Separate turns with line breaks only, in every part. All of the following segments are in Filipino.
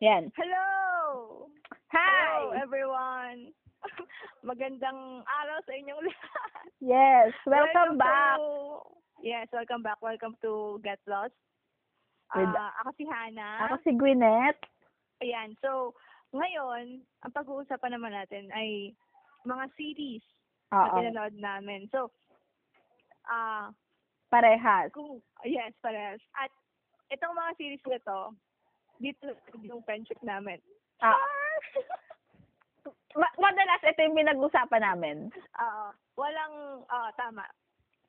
Yan.
Hello!
Hi!
Hello, everyone! Magandang araw sa inyong lahat.
Yes, welcome back.
to- yes, welcome back. Welcome to Get Lost. Ah,
With-
ako si Hannah.
Ako si Gwyneth.
Ayan. So, ngayon, ang pag-uusapan naman natin ay mga series na
Oo.
pinanood namin. So, ah,
Parehas.
kung, yes, parehas. At itong mga series na to, dito yung friendship namin.
Ah.
Char!
Ma- madalas ito yung pinag-usapan namin.
Ah, walang ah tama.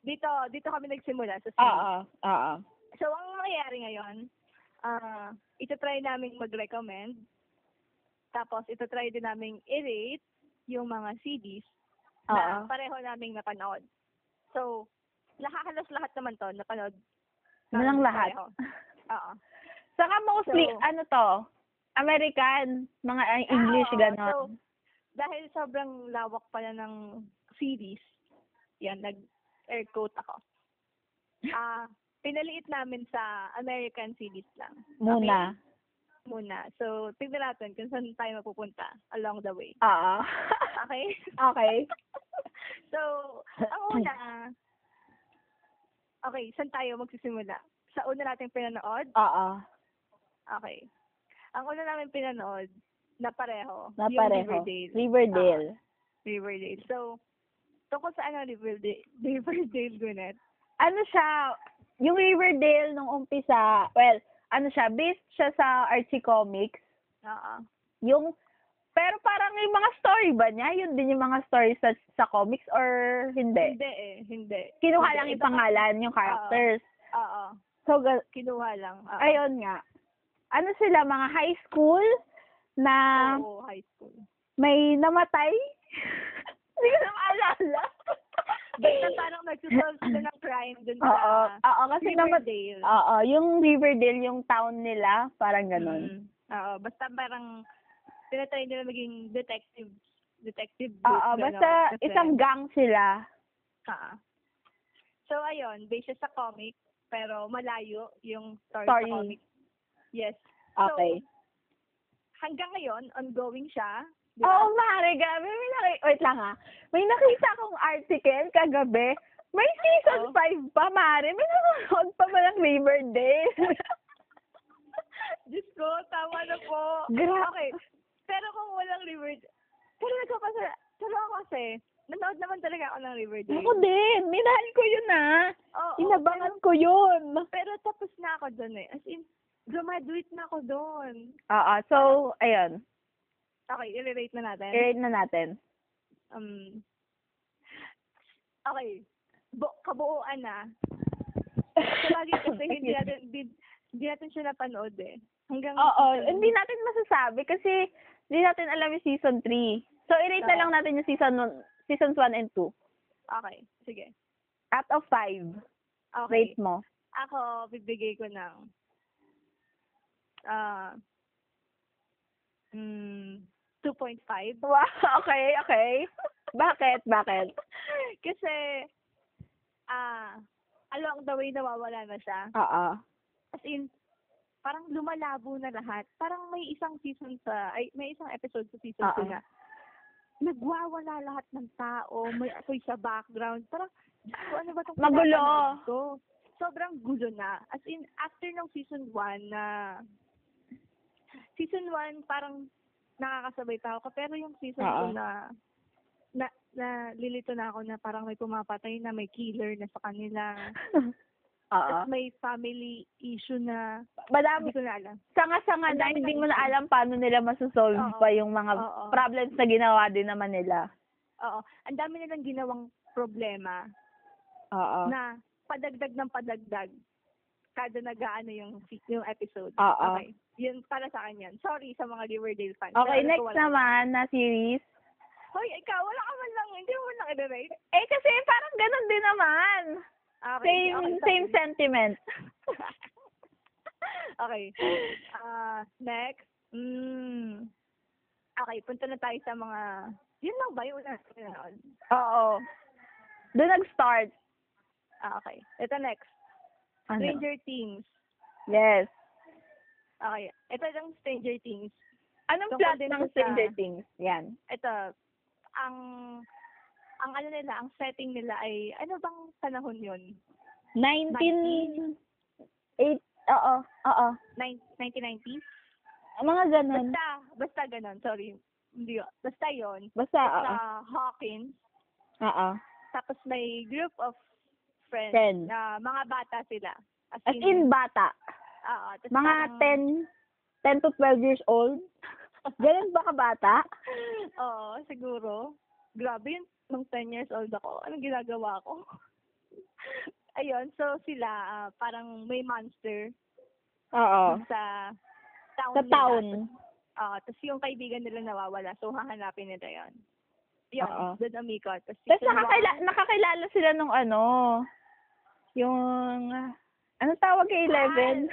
Dito dito kami
Ah,
nagsimula sa series.
Oo. Oo.
So ang mangyayari ngayon, ah ito-try namin mag-recommend. Tapos ito-try din namin i-rate yung mga CDs
Oo.
na pareho naming napanood. So lahat halos lahat naman 'to napanood.
Yun ang
namin
lahat.
pareho. Oo.
Saka mostly,
So- Ah,
ano to, American, mga ay, English,
Oo,
gano'n.
So, dahil sobrang lawak pala ng series, yan, nag-air quote ako. Ah, pinaliit namin sa American series lang
Muna.
muna. So, tignan natin kung saan tayo mapupunta along the way.
Oo.
Okay?
okay.
so, ang una, okay, saan tayo magsisimula? Sa una nating pinanood?
Oo.
Okay. Ang una namin pinanood, na pareho.
Na
yung
pareho.
Riverdale.
Riverdale.
Riverdale. So, tungkol sa ano Riverdale, Riverdale Gwinnett?
ano siya, yung Riverdale nung umpisa, well, ano siya, based siya sa Archie Comics,
Oo.
yung, pero parang yung mga story ba niya, yun din yung mga story sa, sa comics or hindi?
Hindi eh, hindi.
Kinuha
Hindi,
lang yung
iba- Ah.
pangalan, yung characters.
Oo,
So, ga-
kinuha lang. Oo.
ayun nga. Ano sila, mga high school na
Oo, high school.
may namatay? Hindi ko na maalala.
Basta parang nagsusolve sila ng crime dun sa
Oo, oo, kasi namatay.
Riverdale.
Oo, yung Riverdale, yung town nila, parang ganun.
Mm. Oo, basta parang tinatry nila maging detective. Detective.
Oo,
group,
basta
gano'n. Mm. Kasi-
isang gang sila.
Oo. So, ayun, based siya sa comic, pero malayo yung story,
Story.
sa comic. Yes.
Okay.
Hanggang ngayon, ongoing siya. di
Oo,
ba?
oh, mare, grabe. May naki- Wait lang ha. May nakita akong article kagabi. May season
Oo.
5 pa, mare. May nanonood pa ba ng Riverdale?
Diyos ko, tama na po.
Gra-
Okay. Pero kung walang Riverdale, pero nagkapasa, pero ako kasi, nanood naman talaga ako ng Riverdale.
ako din. Minahal ko yun ah.
Oo,
Inabangan ko yun.
Pero, pero tapos na ako doon eh. As in, graduate na ako doon.
Oo, so, ayun.
Okay, i-rate na natin.
I-rate na natin.
Um, okay. Bu- kabuuan na. Sa bagay kasi hindi natin, hindi, hindi natin siya napanood eh. Hanggang
Oo, hindi natin masasabi kasi hindi natin alam yung season 3. So, i-rate na
Oo.
lang natin yung season one- seasons 1 and 2.
Okay, sige.
Out of 5,
Okay.
rate mo.
Ako, bibigay ko ng... Ah... mm, 2.5.
Wow, okay, okay. Bakit, bakit?
Kasi, ah, along the way nawawala na siya.
Oo.
As in, parang lumalabo na lahat. Parang may isang season sa, ay, may isang episode sa season
Oo.
2 na, nagwawala lahat ng tao, may apoy sa background. Parang, Diyos ko, ano ba itong
Magulo.
pinapanood Ko? Sobrang gulo na. As in, after ng season 1 na, season 1 parang nakakasabay tao ko, pero yung season 2
Oo.
na, na, na lilito na ako na parang may pumapatay na may killer na sa kanila.
Oo.
Tapos may family issue na
Madami,
hindi ko na alam.
sanga-sanga na
Madami
hindi
pa
mo na
issue.
alam paano nila masosolve
Oo.
pa yung mga
Oo.
problems na ginawa din naman nila.
Oo. Ang dami nilang ginawang problema
Oo.
na padagdag ng padagdag kada nag-aano yung, yung episode.
Oo.
Okay. Yun para sa akin yan. Sorry sa mga Riverdale fans.
Okay,
Pero
next
wala.
naman na series.
Hoy, ikaw, wala ka man lang. Hindi mo man lang i-rate.
Eh, kasi parang ganun din naman.
Okay.
Same,
okay,
same
sorry.
sentiment.
okay. Ah, next. Mm. Okay, punta na tayo sa mga... Yun lang ba yung una? Yun.
Oo. Doon nag-start.
Ah, okay. Ito next.
Ano?
Stranger Things.
Yes.
Okay. Ito yung Stranger Things.
Anong
Tungkol
plot
din
ng
sa-
Stranger Things? Yan.
Ito, ang ang ano nila, ang setting nila ay ano bang panahon yun?
19... Eight, oo, oo.
Nin- 1990s?
Mga ganun.
Basta, basta ganun. Sorry. Hindi, yun. basta yon
Basta, oo.
Sa Hawkins.
Oo.
Tapos may group of friends.
Friends.
Na mga bata sila.
As in bata.
oo, tas
Mga 10, 10
parang-
to 12 years old. Ganun ba ka bata?
Oo, siguro. Grabe yun. Nung 10 years old ako, anong ginagawa ko? Ayun, so sila, ah, parang may monster
Oo.
sa
Oh.
town
Sa
nila.
town.
Oo, tapos yung kaibigan nila nawawala, so hahanapin nila yun. Yun,
Oo.
doon umikot. Tapos
Tapos nakakila- nakakilala sila nung ano, yung, ano tawag kay Eleven?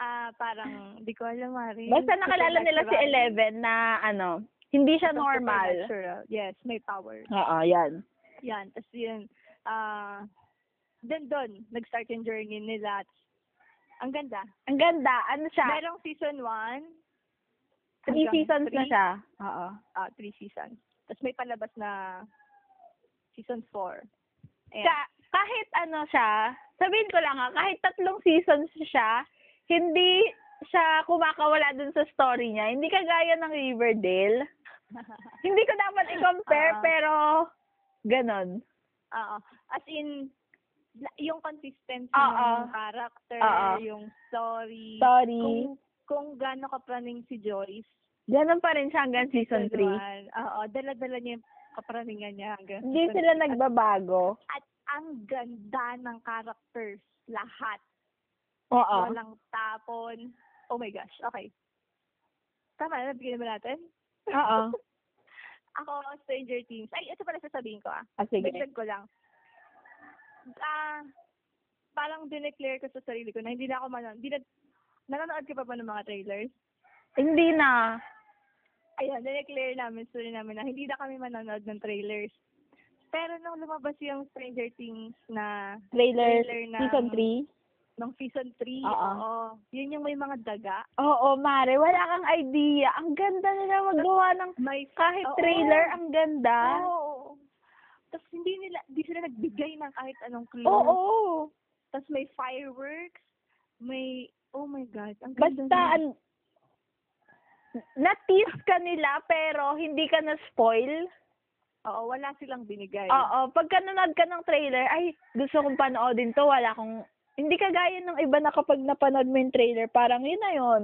Ah, parang, di ko alam, Mari.
Basta nakilala nila si Eleven na ano, hindi siya normal.
Supernatural. Yes, may power.
Oo, yan.
Yan, tapos yun, ah, dun doon, nag-start yung journey nila. Ang ganda.
Ang ganda, ano siya?
Merong season 1.
Three seasons na siya. Oo.
Ah, three seasons. Tapos may palabas na season 4. Ayan.
Ka- kahit ano siya, sabihin ko lang ha, kahit tatlong seasons siya, hindi siya kumakawala dun sa story niya. Hindi kagaya ng Riverdale. Hindi ko dapat i-compare,
Ah.
pero ganon.
Oo. As in, la- yung consistency
Oo.
ng character,
Oo.
yung story.
Sorry.
Kung, kung gaano kapraning si Joyce.
Ganon pa rin siya hanggang season 3.
one, Oo, dala-dala niya yung kapraningan niya hanggang
Hindi
season
sila
three.
nagbabago.
At, at ang ganda ng characters, lahat.
Oo.
Walang tapon. Oh my gosh, okay. Tama na, nabigyan naman natin?
Oo.
Ako, Stranger Things. Ay, ito pala sasabihin ko ah.
Ah, sige.
Dagdag ko lang. Ah, parang dineclare ko sa sarili ko na hindi na ako manon... Hindi na, nanonood ka pa ba ng mga trailers?
Hindi na.
Ayun, dineclare namin, story namin na hindi na kami manonood ng trailers. Pero nung lumabas yung Stranger Things na
Trailer,
Trailer ng-
season 3.
nung season 3,
Oo.
oo, yun yung may mga daga.
Oo, Mare, wala kang idea. Ang ganda nila magawa ng
May
kahit
oo.
trailer, ang ganda.
Oo. Tapos hindi nila, hindi sila nagbigay ng kahit anong clue.
Oo.
Tapos may fireworks, may, oh my God, ang ganda
Basta,
niya.
an- na-tease ka nila, pero hindi ka na-spoil.
Oo, wala silang binigay.
Oo, pagka nanood ka ng trailer, ay, gusto kong panoodin to, wala kong... Hindi kagaya ng iba na kapag napanood mo yung trailer, parang yun na yun.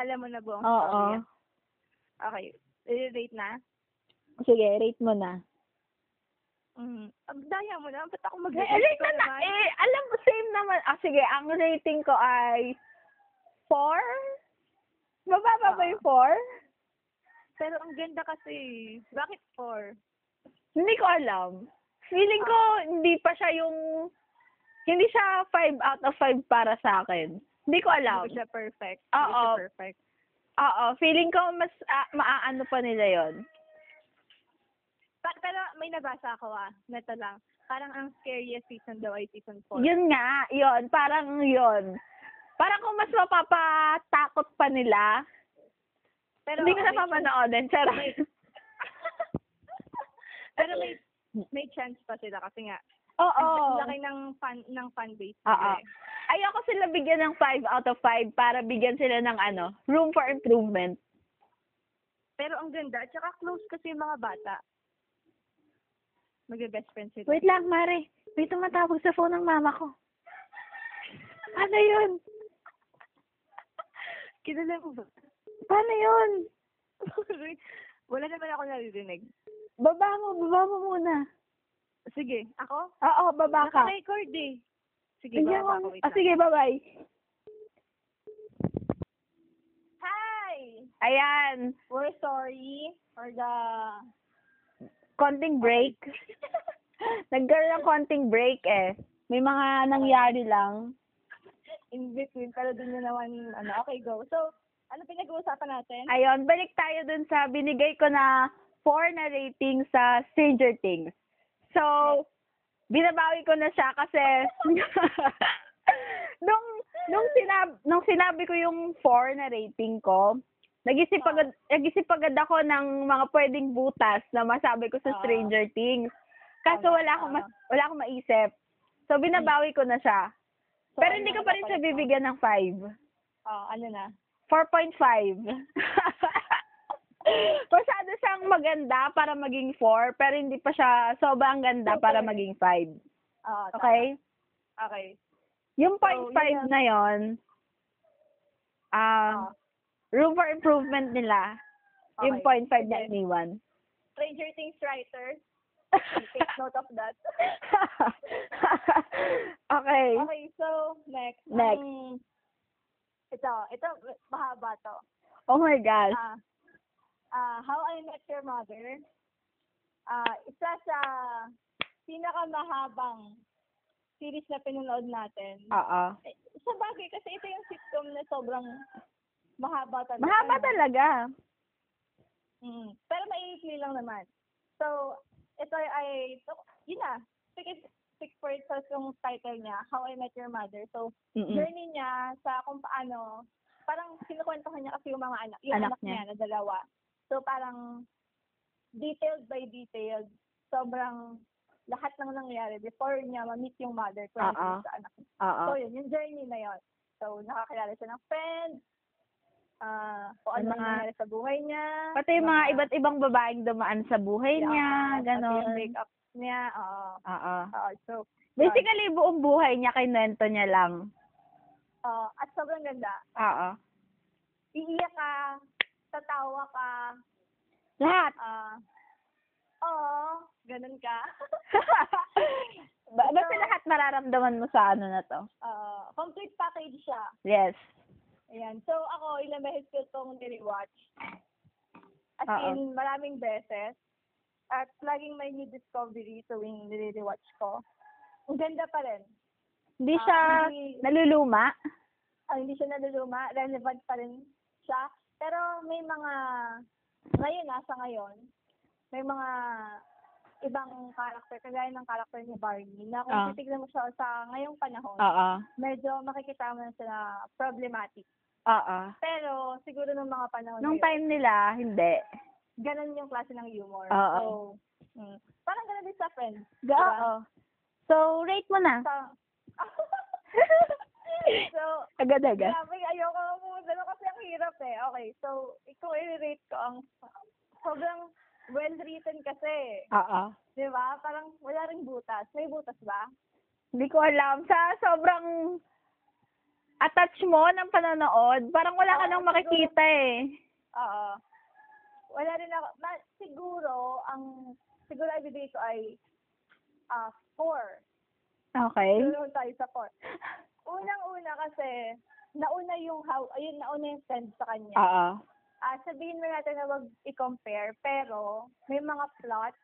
Alam mo na buong
Oo.
story. ah. Okay, i-rate na.
Sige, rate mo na.
Mm. Ang Daya mo na, ba't ako mag
Eh, rate na, na. Eh, alam mo, same naman. Ah, sige, ang rating ko ay 4? Mababa ba
Ah.
yung 4?
Pero ang ganda kasi, bakit four?
Hindi ko alam. Feeling ko, hindi pa siya yung... Hindi siya 5 out of 5 para sa akin. Hindi ko alam.
Hindi siya perfect. Hindi
Oo.
siya perfect.
Oo, feeling ko mas ah, maaano pa nila yon.
Pa- pero may nabasa ako ah, neto lang. Parang ang scariest season daw ay season 4.
Yun nga, yon Parang yon Parang kung mas mapapatakot pa nila,
pero
hindi ko na
may chance-
papanoodin. Charot.
Wait. pero may may chance pa sila kasi nga
Mm. Oo.
ang laki ng fan ng fan base. nila
Oo.
eh.
Ayoko sila bigyan ng 5 out of 5 para bigyan sila ng ano, room for improvement.
Pero ang ganda, tsaka close kasi yung mga bata. Magbe-best friends sila.
Wait lang, Mare. May tumatawag sa phone ng mama ko. Ano yun?
Kilala mo ba?
Paano yun?
Wala naman ako naririnig.
Baba mo, baba mo muna.
Sige, ako?
Oo, baba ka.
Naka-record eh. Sige,
Bigyan
bababa
mo-
ko. Wait
Ah,
lang.
sige, bye-bye.
Hi!
Ayan,
We're sorry for the...
konting break. Nagkaroon ng konting break eh. May mga nangyari lang.
In between, pero dun yun naman, ano, okay, go. So, ano pinag-uusapan natin?
Ayun, balik tayo dun sa binigay ko na 4 na rating sa Stranger Things. So, binabawi ko na siya kasi nung nung sinab nung sinabi ko yung 4 na rating ko, nag-isip agad,
Ah.
nag-isip agad ako ng mga pwedeng butas na masabi ko sa
Ah.
Stranger Things. Kaso
Tama,
wala akong mas,
tama.
wala akong maisip. So binabawi ko na siya.
So,
Pero
ano
hindi ko
na
pa rin siya
napalit mo?
bibigyan ng 5.
Oo, ano na?
4.5. Masyado siyang maganda para maging 4, pero hindi pa siya sobrang ganda para
Super.
maging 5.
Oo, tama.
Okay?
Oh, Okay.
Yung
So,
point
yun
five
ang-
na yon, ah,
Oh.
room for improvement nila. Yung
Okay.
point five na
Sige.
iniwan.
Stranger Things writer. Take note of that.
okay.
Okay, so next.
Next.
Ang- ito, ito, mahaba to.
Oh my gosh.
Ah, ah, How I Met Your Mother. Ah, isa sa pinakamahabang series na pinanood natin.
Oo.
Eh, Sa bagay, kasi ito yung sitcom na sobrang mahaba talaga.
Mahaba talaga.
Mm. Pero maiikli lang naman. So, ito ay, so, yun na. Pick, pick for itself yung title niya, How I Met Your Mother. So,
Mm-mm.
journey niya sa kung paano, parang kinukwentahan niya kasi yung mga anak, yung
Anak
anak, niya. na dalawa. So parang detailed by detailed, sobrang lahat ng nangyari before niya ma-meet yung mother ko
Oo.
sa anak. niya.
Oo.
So yun, yung journey na yun. So nakakilala siya ng friends, ah kung ano
Yung
mga,
mga-
nangyari sa buhay niya.
Pati yung mga iba't ibang babaeng dumaan sa buhay niya,
Pati yung
ganon.
breakup niya, oo.
Oo.
Oo, so,
Basically, buong buhay niya, kinwento niya lang.
oo, at sobrang ganda.
Oo.
Iiyak ka, tatawa ka,
Lahat.
Ah. Oo, ganun ka.
ba- basta lahat mararamdaman mo sa ano na to.
Ah, complete package siya.
Yes.
Ayan. So, ako, ilang beses ko itong nirewatch. As
Oo.
in, maraming beses. At laging may new discovery tuwing nire-rewatch ko. Ang ganda pa rin.
Hindi
Ah,
siya
hindi,
naluluma.
ah, hindi siya naluluma. Relevant pa rin siya. Pero may mga, ngayon na sa ngayon, may mga ibang karakter, kagaya ng karakter ni Barney, na kung
Ah.
titignan mo siya sa ngayong panahon,
Oo.
medyo makikita mo na siya na problematic.
Oo.
Pero siguro nung mga panahon
Nung
na Ano yun,
time nila, hindi.
ganun yung klase ng humor.
Oo.
So, mm, parang ganun din sa Friends.
Oo. Diba? So, rate mo na.
Sa, so,
Agad-agad.
grabe, ayoko nga po. Dalo kasi ang hirap eh. Okay, so, kung i-rate ko ang sobrang well-written kasi.
Oo.
Di ba? Parang wala ring butas. May butas ba?
Hindi ko alam. Sa sobrang attach mo ng panonood, parang wala ka
Oo,
nang
siguro.
makikita eh.
Oo. Wala rin ako. Ma- siguro, ang siguro ibibigay ko ay ah four.
Okay.
Doon tayo sa four. Unang-una kasi, nauna yung how, ayun, nauna yung trend sa kanya.
Oo.
Ah, sabihin mo natin na wag i-compare, pero may mga plot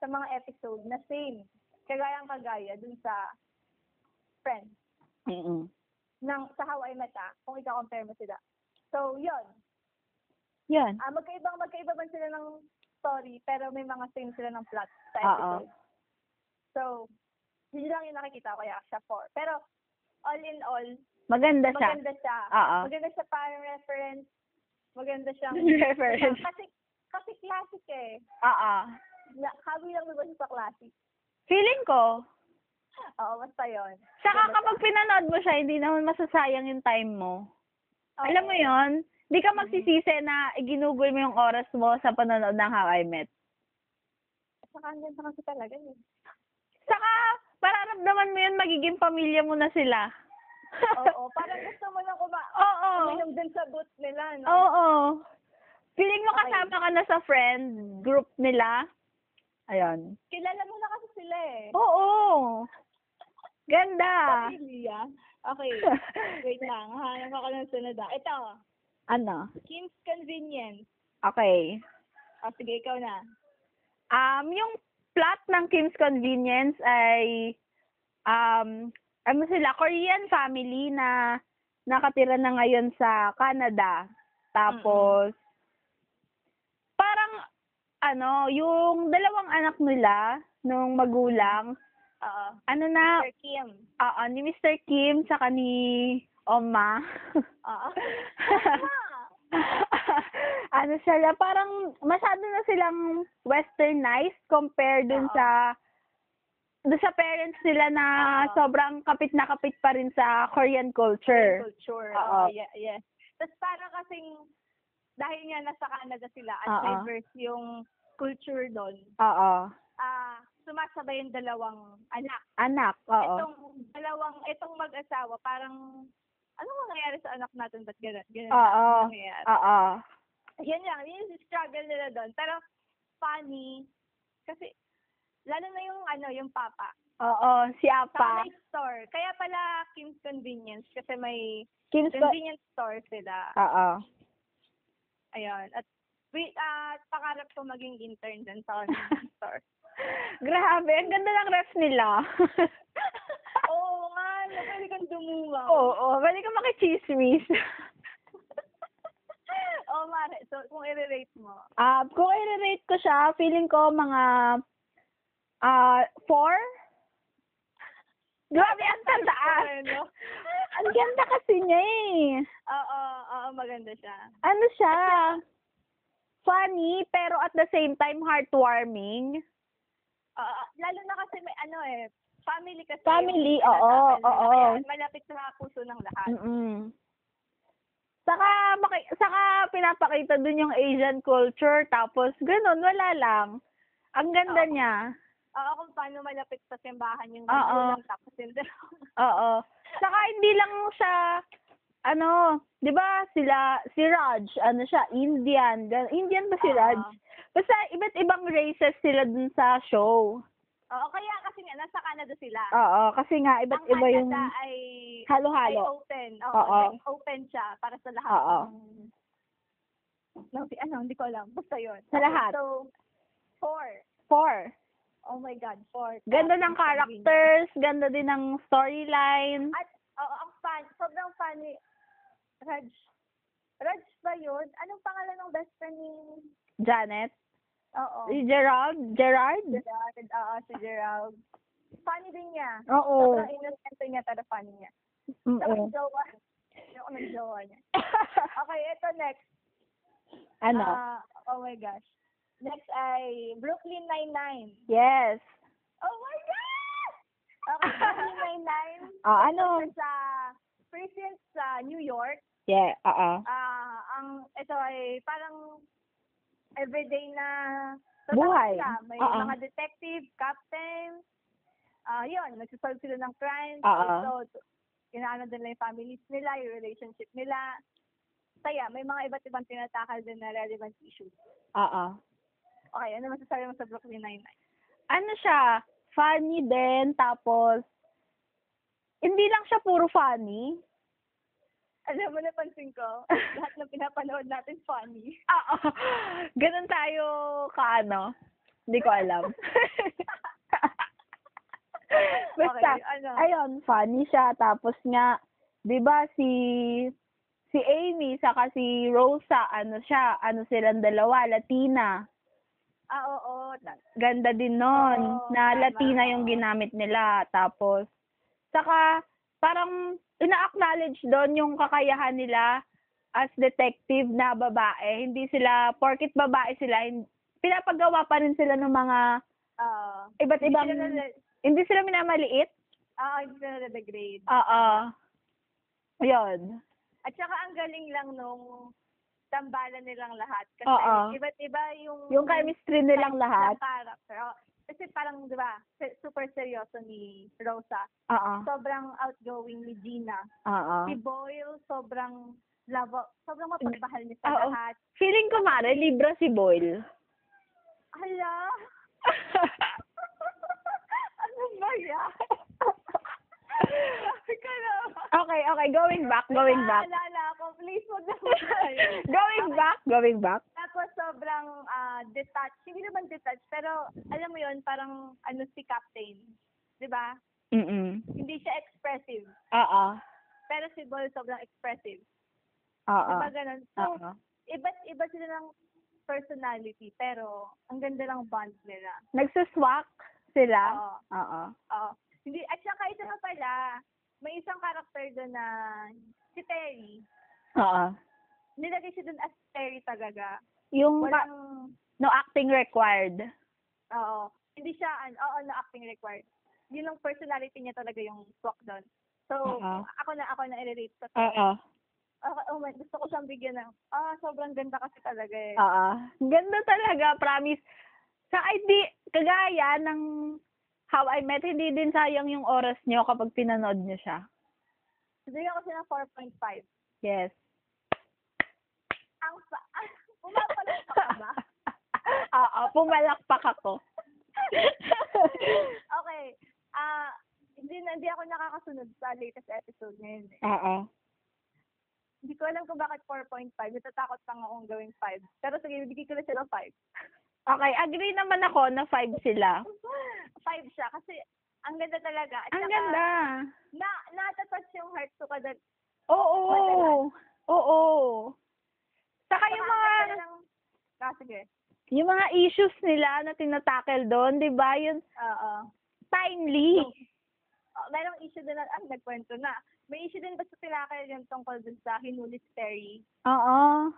sa mga episode na same. Kagayang kagaya dun sa Friends,
Mm-mm.
ng, sa How I Met, ah, kung i-compare mo sila. So, yun.
Yun.
Ah, magkaiba, magkaiba man sila ng story, pero may mga same sila ng plot sa
Oo.
episode. So, yun lang yung nakikita ko, kaya siya four. Pero, all in all,
Maganda siya.
maganda siya.
Oo.
Maganda siya parang reference. Maganda siyang...
Reference.
kasi, kasi classic eh.
Oo.
Na, habi lang diba siya sa classic?
Feeling ko,
Oo, basta yun.
Saka
Maganda
kapag pinanood mo siya, hindi naman masasayang yung time mo.
Oo. Mm-hmm.
Alam mo yon Hindi ka magsisisi na ginugol mo yung oras mo sa panonood ng How I Met.
Saka ang ganda kasi talaga eh.
Saka, pararamdaman mo yun, magiging pamilya mo na sila.
Oo, parang gusto mo lang kuma...
Oo.
Uminom din sa booth nila, no?
Oo. Feeling mo
Okay.
kasama ka na sa friend group nila. Ayan.
Kilala mo na kasi sila eh.
Oo. Ganda.
Pamilya. Okay. Wait lang, hanap ako ng sunod ah. Ito,
ano?
Kim's Convenience.
Okay.
O, sige, ikaw na.
Um, yung plot ng Kim's Convenience ay um, ano sila, Korean family na nakatira na ngayon sa Canada. Tapos, parang, ano, yung dalawang anak nila, nung magulang,
Oo.
Ano na,
Sir Kim.
oo, ni Mr. Kim, saka ni Oma.
Oo.
ano sila, parang masyado na silang westernized compared dun
Oo.
sa dun sa parents nila na
Oo.
sobrang kapit na kapit pa rin sa Korean culture.
Culture.
Oo.
Oo. Yeah, yes. Tapos para kasing, dahil nga nasa Canada sila at
Oo.
diverse yung culture doon,
Oo.
ah sumasabay yung dalawang anak.
Anak, oo.
Itong dalawang, itong mag-asawa, parang, ano nangyayari sa anak natin? Ba't ganun? Ganun
Oo.
ang nangyayari.
Oo.
Yan lang, yun yung struggle nila doon. Pero, funny, kasi, lalo na yung, ano, yung papa.
Oo, si
Saka
Apa.
may store. Kaya pala, Kim's Convenience, kasi may
Kim's ko.
convenience store sila.
Oo.
Ayun. At, wait, at pangarap ko maging intern din sa convenience store.
Grabe, ang ganda ng ref nila.
Oo nga, no, pwede kang dumuwa.
Oo, oh, pwede ka makichismis.
Oo, mare. So, kung i-rate mo.
Ah, kung i-rate ko siya, feeling ko mga ah four? Grabe, ang tandaas.
Ano?
ang ganda kasi niya eh.
Oo, oo, maganda siya.
Ano siya? Funny, pero at the same time heartwarming.
Oo, lalo na kasi may ano eh, family kasi.
Family,
yung
oo,
tinatapal nila,
oo. Mm.
kaya Malapit sa mga puso ng lahat.
Mm-mm. Saka, maki- saka pinapakita dun yung Asian culture, tapos ganun, wala lang. Ang ganda
Oo.
niya.
Oo, kung paano malapit sa simbahan yung
Oo.
magulang tapos yung dalawa.
Oo. Saka hindi lang siya, ano, di ba sila, si Raj, ano siya, Indian. Gan- Indian ba si Raj?
Oo.
Basta iba't ibang races sila dun sa show.
Oo, kaya kasi nga, nasa Canada sila.
Oo, kasi nga iba't
Ang
Ah, iba yung
Canada ay, ay
halo-halo.
open. Oo,
Oo.
like, open siya para sa lahat.
Oo.
ng- No, di- ano, hindi ko alam. Basta yun.
Sa lahat.
So, four.
Four.
Oh my God, four.
Ganda ng
Tapos,
characters, ganda din ng storyline.
At, oo, ang fan, sobrang fan ni Raj. Raj ba yun? Anong pangalan ng best friend ni...
Janet,
Oo.
si Gerald, Gerard?
Gerald. Oo, si Gerald. Funny din niya.
Oo.
Sobrang innocent niya, pero funny niya. Tapos
Mm-mm.
jowa. Hindi ako nag-jowa niya. Okay, ito next.
ano?
Ah, oh my gosh. Next ay Brooklyn Nine-Nine.
Yes.
Oh my God! Okay, Brooklyn Nine-Nine.
Ah, ano?
Sa precinct sa New York.
Yeah, oo.
ah ang ito ay parang everyday na trabaho
Buhay. Uh-uh.
siya. May
Oo.
mga detective, captain. Ah, yun, nagsisolve sila ng crime.
Oo.
So, inaano din lang yung families nila, yung relationship nila. Kaya, may mga iba't ibang tinatakal din na relevant issues.
Oo.
Okay, ano masasabi mo sa Brooklyn Nine-Nine?
ano siya, funny din, tapos, hindi lang siya puro funny.
Alam mo, napansin ko, lahat ng pinapanood natin funny.
Oo. Ganun tayo kaano. Hindi ko alam. Basta,
okay, ano?
ayun, funny siya. Tapos nga, di ba si, si Amy, saka si Rosa, ano siya, ano silang dalawa, Latina.
ah, oo. ta-
ganda din nun,
Oo,
na
tama.
Latina yung ginamit nila. Tapos, saka, parang, ina-acknowledge doon yung kakayahan nila as detective na babae. Hindi sila, porkit babae sila, hin- pinapagawa pa rin sila ng mga
ah,
iba't
hindi
ibang,
sila nare-
hindi sila minamaliit.
ah, hindi sila nare-degrade.
Oo. Yun.
At saka ang galing lang nung tambalan nilang lahat. Kasi
Oo.
iba't iba yung...
Yung chemistry nilang lahat.
Ng character. Oo. Kasi parang, di ba, se- super seryoso ni Rosa.
Oo.
Sobrang outgoing ni Gina.
Oo.
Si Boyle, sobrang love, sobrang mapagmahal niya sa
Mm. Oo.
lahat.
Feeling ko, Mare, libra si Boyle.
Hala! ano ba yan? Sabi ka naman.
okay, okay. Going back, going back.
Naalala ko, please wag naman tayo.
going back, going back.
Tapos sobrang ah, detached. Hindi naman detached, pero alam mo yon parang ano si Captain. 'Di ba?
Mm-mm.
Hindi siya expressive.
Oo.
Pero si Boy sobrang expressive.
Oo.
Diba ganun? So,
Oo.
iba't iba sila ng personality, pero ang ganda lang bond nila.
Nagsaswak sila?
Oo.
Oo.
Oo. Hindi, at saka isa pa pala, may isang karakter doon na si Terry.
Oo.
Nilagay siya doon as Terry talaga.
Yung pa-
Walang,
no acting required.
oo. Hindi siya, an, oo, na acting required. Yun ang personality niya talaga yung swak doon. So,
Oo.
ako na, ako na i-relate ko.
Oo.
Oh, oh my, gusto ko siyang bigyan ng, ah, sobrang ganda kasi talaga eh.
Oo. Ganda talaga, promise. Sa hindi, kagaya ng How I Met, hindi din sayang yung oras nyo kapag pinanood nyo siya.
Bigyan ko siya ng 4.5.
Yes.
Ang, pa- ah, umapalang pa ka ba?
Oo, pumalakpak ako.
okay. Ah, hindi na, hindi ako nakakasunod sa latest episode ngayon eh.
Oo.
Hindi ko alam kung bakit 4.5. Natatakot lang akong gawing 5. Pero sige, bigyan ko na siya ng 5.
Okay, agree naman ako na five sila.
5 siya kasi ang ganda talaga. At
Ang
saka,
ganda.
Na, natatouch yung heart ko kada.
Oo. Oo. Saka yung mga
Ah, sige.
yung mga issues nila na tinatakel doon, 'di ba? Yun
Oo.
timely.
Oh, merong issue din na, ah, nagkwento na. May issue din basta tinakay yung tungkol dun sa hinuli si Terry.
Oo.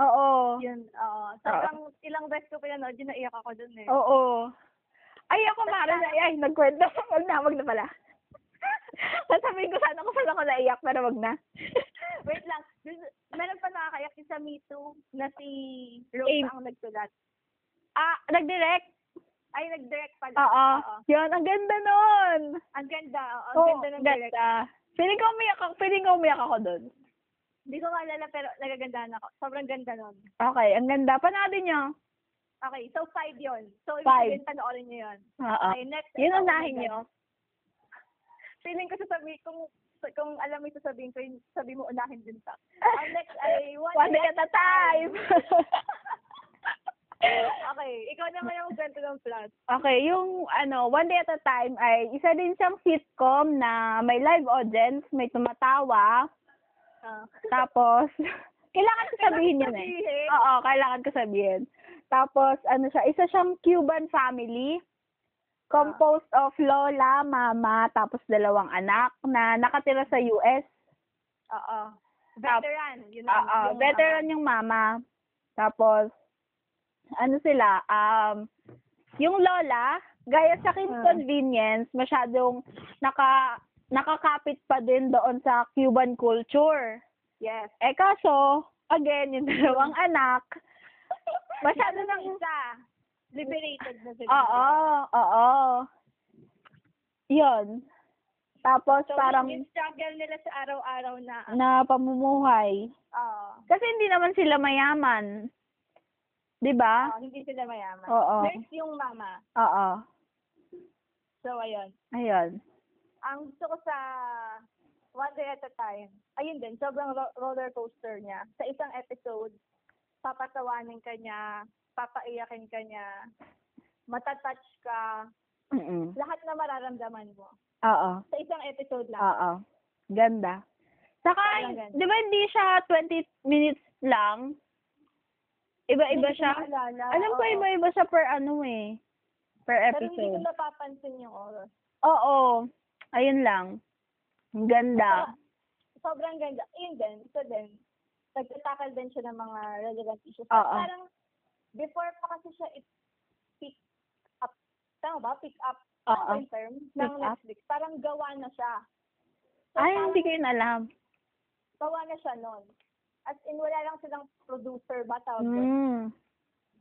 Oo.
Yun, oo. Sobrang ilang beses ko pinanood, yun naiyak ako dun eh.
Oo. Ay, ako mara na. Ay, nagkwento. Wag na, wag na pala. Sasabihin ko sana kung saan ako naiyak, pero wag na.
Wait lang. This- meron pa nakakayak yung sa Me Too na si Rose
Aim.
ang nagsulat.
ah, nag-direct?
Ay, nag-direct pala.
Oo.
Oo.
Yun, ang ganda nun.
Ang ganda. Oo, ang
Oo,
ganda ng direct.
Feeling ko umiyak ako, feeling ko umiyak ako doon.
Hindi ko maalala pero nagagandahan ako. Sobrang ganda nun.
Okay, ang ganda. Panoodin niyo.
Okay, so five yon. So, ibig
Five.
sabihin, panoorin niyo yun.
Oo.
Okay, next.
Yun ang
Oh my
nahin
God.
niyo.
Feeling ko sasabihin, kung, kung alam mo yung sasabihin ko, yung sabi mo unahin din sa. Ang next ay one,
One day at a time.
okay, ikaw naman ang magkwento ng plot.
okay, yung ano, One Day at a Time ay isa din siyang sitcom na may live audience, may tumatawa,
Ah.
tapos kailangan ko sabihin yun eh.
Sabihin.
Oo, kailangan ko sabihin. Tapos ano siya, isa siyang Cuban family composed of lola, mama, tapos dalawang anak na nakatira sa US.
Oo. Veteran. Yun ang-
Oo,
yung-
Ah. veteran yung mama. Tapos, ano sila, um, yung lola, gaya sa Kim
Ah.
Convenience, masyadong naka, nakakapit pa din doon sa Cuban culture.
Yes.
Eh kaso, again, yung dalawang anak, masyado
Yung
nang,
isa. Liberated na sila.
oo, oo. Yun. Tapos
So,
parang
yung struggle nila sa araw-araw na, ah,
na pamumuhay.
oo.
Kasi hindi naman sila mayaman. 'Di ba?
Oo, ah, hindi sila mayaman.
Oo.
Nurse yung mama.
Oo.
So, ayun.
Ayun.
Ang gusto ko sa One Day at a Time, ayun din, sobrang ro- roller coaster niya. Sa isang episode, papatawanin ka niya, papaiyakin ka niya, matatouch ka,
Mm-mm.
lahat na mararamdaman mo.
Oo.
Sa isang episode lang.
Oo. Ganda. Saka,
Sobrang ganda.
'di ba hindi siya 20 minutes lang? Iba-iba
Hindi ko
siya.
maalala,
Alam ko
Ah, oo.
iba-iba siya per ano eh. Per
Pero hindi ko
episode.
napapansin yung oras.
Oo. Ayun lang. Ang ganda.
Ah, Sobrang ganda. Ayun din, isa din. Nagtatakal din siya ng mga relevant issues.
Oo.
Parang, before pa kasi siya i-pick up. Tama ba? Pick up.
Oo.
Ano yung term? Ng
Pick up?
Netflix. Parang gawa na siya. So,
Ay,
parang
hindi ko yun alam.
Gawa na siya noon. As in, wala lang silang producer ba tawag doon.
Mm.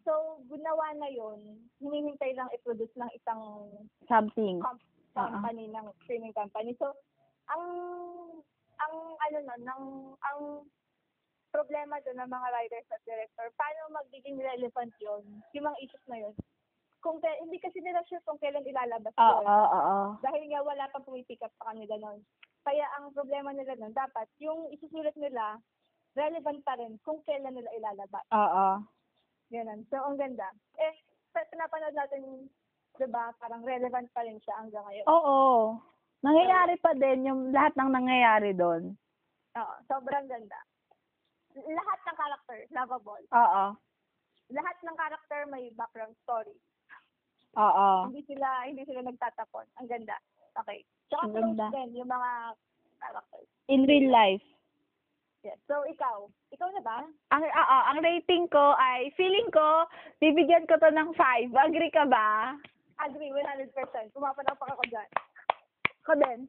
So, gunawa na yun. Hinihintay lang i-produce ng isang
Something.
com- company ng streaming company. So, ang ang ano nun, ng ang problema doon ng mga writers at director, paano magiging relevant yon yung mga issues na yon Kung ke- hindi kasi nila sure kung kailan ilalabas
Oo,
yun.
oo, oo.
Dahil nga wala pang pumipick up sa kanila nun. Kaya ang problema nila nun, dapat yung isusulat nila, relevant pa rin kung kailan nila ilalabas.
Oo.
Ganun. So, ang ganda. Eh, sa pinapanood natin, diba, parang relevant pa rin siya hanggang ngayon.
Oo. Nangyayari pa din yung lahat ng nangyayari doon.
Oo, sobrang ganda. Lahat ng karakter, lovable.
Oo.
Lahat ng karakter may background story.
Oo.
Hindi sila, hindi sila nagtatapon. Ang ganda. Okay. Tsaka
Ang
close
ganda.
din yung mga characters.
In real life.
Yes. So, ikaw. Ikaw na ba?
Ang, oo, ang rating ko ay, feeling ko, bibigyan ko to ng 5. Agree ka ba?
Agree, 100%. Pumapanapak ako dyan. Ko din.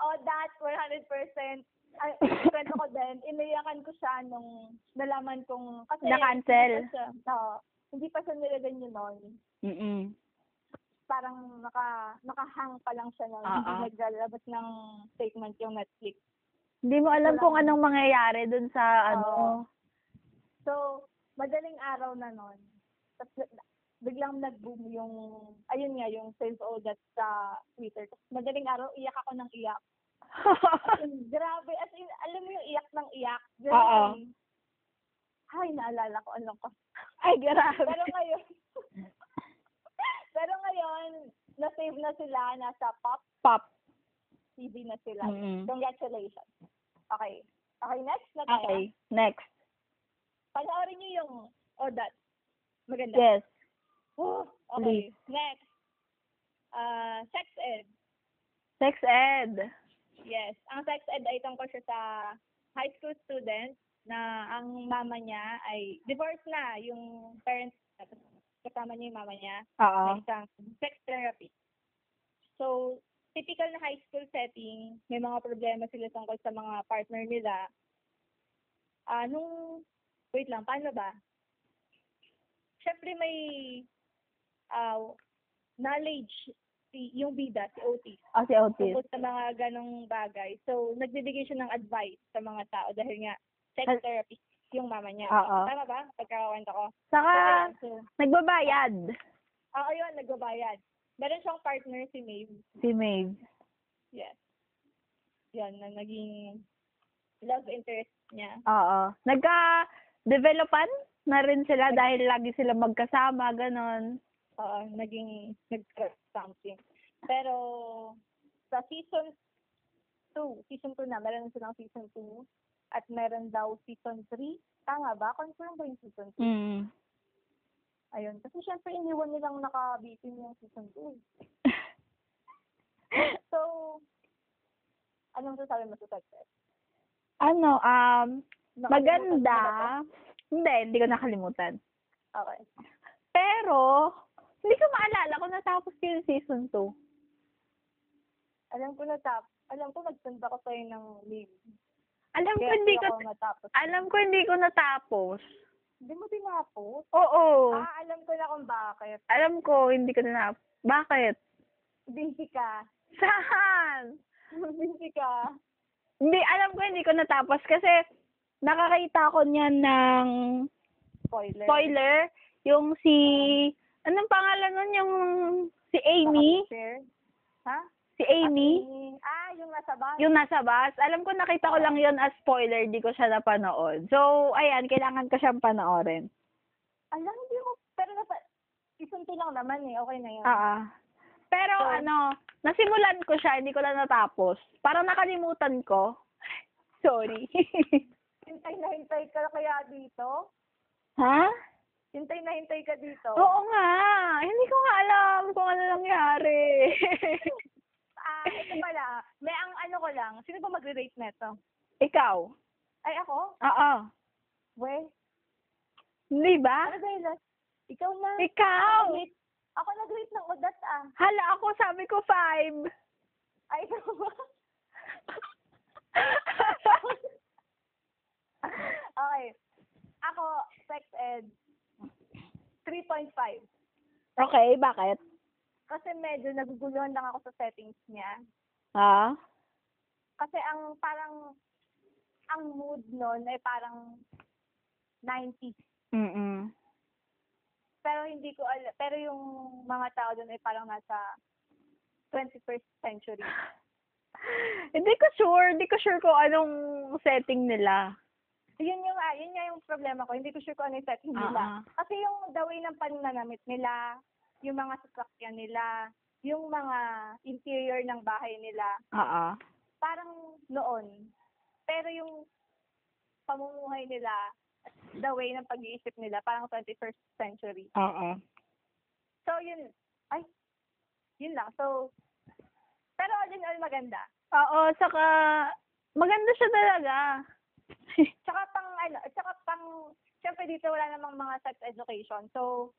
oh, that 100%. Ay, kwento ko din, iniyakan ko siya nung nalaman kong... Kasi,
Na-cancel.
hindi pa siya- Oo. hindi pa siya nilagay niyo noon.
Mm-mm.
Parang naka, nakahang pa lang siya noon. Hindi
Oo.
naglalabas ng statement yung Netflix.
Hindi mo alam
Wala.
kung anong mangyayari dun sa, ano.
Oo. So, madaling araw na noon. Tapos, na- biglang nag-boom yung, ayun nga, yung save all that sa Twitter. Tapos, madaling araw, iyak ako ng iyak. As in, grabe. As in, alam mo yung iyak ng iyak. Grabe.
Oo.
Ay, naalala ko. Ano ko.
ah. ay, grabe.
Pero ngayon, pero ngayon, na-save na sila. Nasa pop
Pop.
TV na sila.
Mm-mm.
Congratulations. Okay. Okay, next na tayo.
Okay, next.
Panoorin niyo yung Oh, that. Maganda.
Yes.
Oh, okay. Next. Uh, sex ed.
Sex ed.
Yes. Ang sex ed ay tungkol siya sa high school student na ang mama niya ay divorced na yung parents niya. Tapos Kasama niya yung mama niya
Oo.
na isang sex therapy. So, typical na high school setting, may mga problema sila tungkol sa mga partner nila. Ah, nung, wait lang, paano ba? Siyempre may ah, knowledge si, yung bida, si Otis,
O, Oh, si Otis.
tungkol sa mga ganong bagay. So, nagbibigay siya ng advice sa mga tao dahil nga sex
Al-
therapy yung mama niya.
Oo.
Tama ba? Pagkakawanta ko. So,
Saka,
ayun, so,
nagbabayad
Oo, Ah, oh, yun, nagbabayad. Meron siyang partner si Maeve.
si Maeve.
Yes. Yan, na naging love interest niya.
Oo. Nagka-developan na rin sila dahil lagi sila magkasama, ganon.
Oo, Ah, naging nag something. Pero sa season 2, season 2 na, meron na silang season 2 at meron daw season 3. Tama ba? Confirm ba yung season
Mm.
2? Ayun. Kasi syempre iniwan nilang nakabitin yung season 2. So, anong sasabi mo sa success?
ano, um,
Nakalimutan
maganda.
mo na ba?
Hindi, hindi ko nakalimutan.
Okay.
Pero, hindi ko maalala kung natapos ko yung season 2.
Alam ko na tap. Alam ko nagtanda ko tayo ng leave.
Alam ko
Kaya
hindi ko,
ako matapos.
alam ko hindi ko natapos.
Hindi mo tinapos?
Oo.
Ah, alam ko na kung bakit.
Alam ko, hindi ko natapos. Bakit?
Busy ka.
Saan?
Busy ka.
Hindi, alam ko hindi ko natapos kasi nakakita ko niyan ng
Spoiler.
spoiler, yung si, anong pangalan nun? Yung si Amy?
Nakapag-share? Ha?
Si Amy?
Ah, yung nasa bus.
Yung nasa bus. Alam ko nakita ko lang yun as spoiler, di ko siya napanood. So, ayan, kailangan ko siyang panoorin.
Alam, hindi mo. Pero nasa... Isunti lang naman eh. Okay na yun.
Oo. Ah, Pero
So-
ano, nasimulan ko siya, hindi ko lang natapos. Parang nakalimutan ko. Sorry.
Hintay na hintay ka kaya dito?
ha?
Hintay na hintay ka dito?
Oo nga. Hindi ko nga alam kung ano nangyari.
Ah, ito pala. May ang ano ko lang. Sino ba magre-rate neto?
Ikaw?
Ay, ako?
Oo.
We?
Di ah. ba?
Ano ba yun? Ikaw na.
Ikaw!
Nag-rate- Ako nag-rate ng Odat ah.
Hala, ako sabi ko five.
Ay, ikaw ba? okay. Ako, sex ed, 3.5.
okay, bakit?
Kasi medyo naguguluhan lang ako sa settings niya.
Ha?
Kasi ang parang, ang mood nun ay parang 90s.
Mm-mm.
Pero hindi ko alam, pero yung mga tao doon ay parang nasa 21st century.
Hindi ko sure. Hindi ko sure kung anong setting nila.
Yun yung, ah, yun nga yung problema ko. Hindi ko sure kung ano yung setting nila.
Ah, ah.
Kasi yung the way ng pananamit nila, yung mga sasakyan nila, yung mga interior ng bahay nila,
Oo.
parang noon. Pero yung pamumuhay nila, the way ng pag-iisip nila, parang 21st century.
Oo.
So, yun, ay, yun lang. So, pero all in all, maganda.
Oo, saka maganda siya talaga.
Tsaka pang, ano, tsaka pang, syempre dito wala namang mga sex education. So,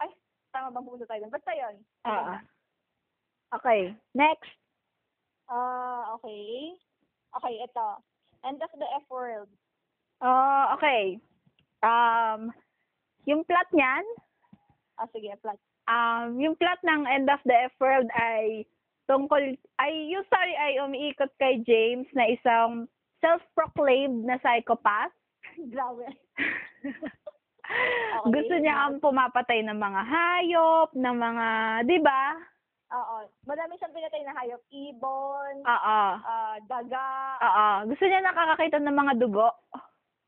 ay, tama bang pumunta tayo dun? Basta yun.
Oo. Okay, next.
Ah, okay. Okay, ito. End of the F world.
Oh, okay. Um, yung plot niyan,
Ah, sige, plot.
um, yung plot ng End of the F World ay tungkol, ay yung story ay umiikot kay James na isang self-proclaimed na psychopath.
Grabe.
Gusto niya ang pumapatay ng mga hayop, ng mga, di ba?
Oo. Madami siyang pinatay na hayop. Ibon,
Oo.
ah, daga.
Oo. Gusto niya nakakakita ng mga dugo.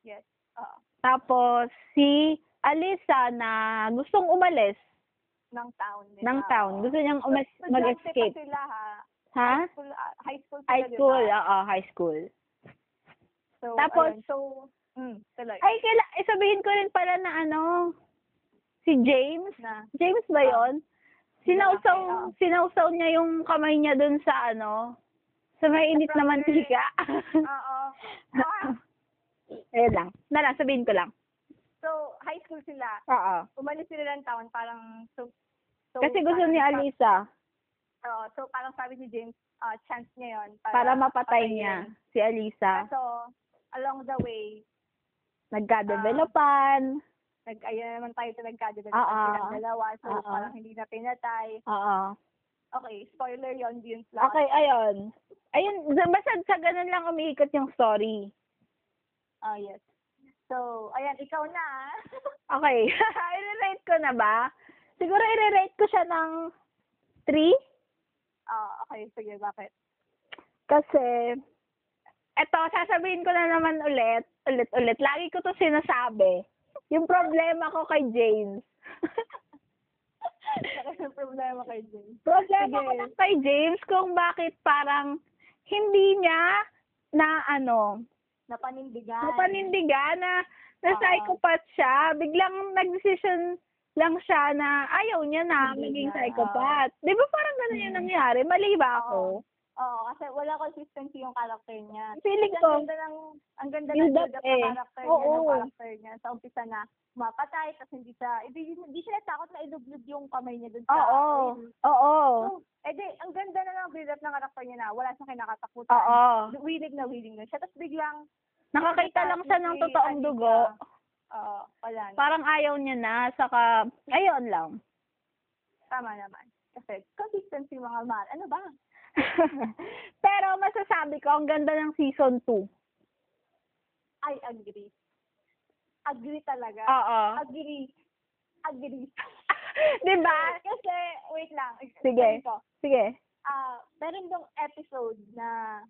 Yes. Oo.
Tapos, si Alisa na gustong umalis
ng town. nila.
ng town. Gusto niyang umas-
Estudyante
mag-escape.
pa sila, ha?
Ha?
High school, ah, high school sila,
High
di ba?
school. Oo, high school.
So,
Tapos-
ayun. so, mm, tuloy.
Ay, kaila, eh, sabihin ko rin pala na ano, si James.
na,
James ba
Ah.
yun? Sinausaw,
oo.
sinausaw niya yung kamay niya dun sa ano, sa may init na
Sa proper-
mantika.
oo. Ah,
Ayun lang. Na lang, sabihin ko lang.
so, high school sila.
Oo.
Umalis sila ng town, parang, so, so
Kasi gusto
parang
ni
sa-
Alisa
Oo, so parang sabi ni James, ah, chance niya yun.
para mapatay
patayin.
niya si Alisa.
Kaso, along the way,
Nagka-developan.
nag, ayun naman tayo sa nagkadala
Oo.
ng dalawa, so
Oo.
parang hindi na pinatay.
Oo.
Okay, spoiler yon yun lang.
Okay, ayun. Ayun, basta sa ganun lang umiikot yung story.
Ah, yes. So, ayan, ikaw na. ah.
Okay. I-rate ko na ba? Siguro i-rate ko siya ng 3
Ah, okay, sige, bakit?
kasi eto, sasabihin ko na naman ulit, ulit, ulit. Lagi ko to sinasabi. Yung problema ko kay James.
Laki ng problema kay James.
problema ko
Sige.
lang kay James kung bakit parang hindi niya na ano,
Napanindigan.
mapanindigan na na
Oo.
psychopath siya. Biglang nag-decision lang siya na ayaw niya na
Hindi
maging
na,
psychopath. Di ba parang ganun yung
Hmm.
nangyari? Mali ba ako?
Oo. Oo, kasi wala consistency yung character niya.
Feeling
Kasi
ko,
Ang ganda ng, ang ganda ng
build up
build up
eh.
ng character niya,
Oo.
ng character niya. Sa umpisa na mapatay, tapos hindi siya, hindi, hindi siya natakot na ilublog yung kamay niya dun sa
Oo.
oil.
Oo.
So, eh di, ang ganda na ng build up ng character niya na wala siyang kinakatakutan.
Oo.
Wilig na wilig na siya. Tapos biglang,
Nakakita lang siya ng
si
totoong
Alisa.
dugo.
oo, wala na.
Parang ayaw niya na. Saka, ayun lang.
Tama naman. Kasi consistency mga mahal. Ano ba?
Pero masasabi ko, ang ganda ng season 2.
I agree. Agree talaga.
Oo.
Agree. Agree.
Di ba?
Kasi, wait lang.
Diba? Sige.
Sabihin ko.
Sige.
Ah, meron dong episode na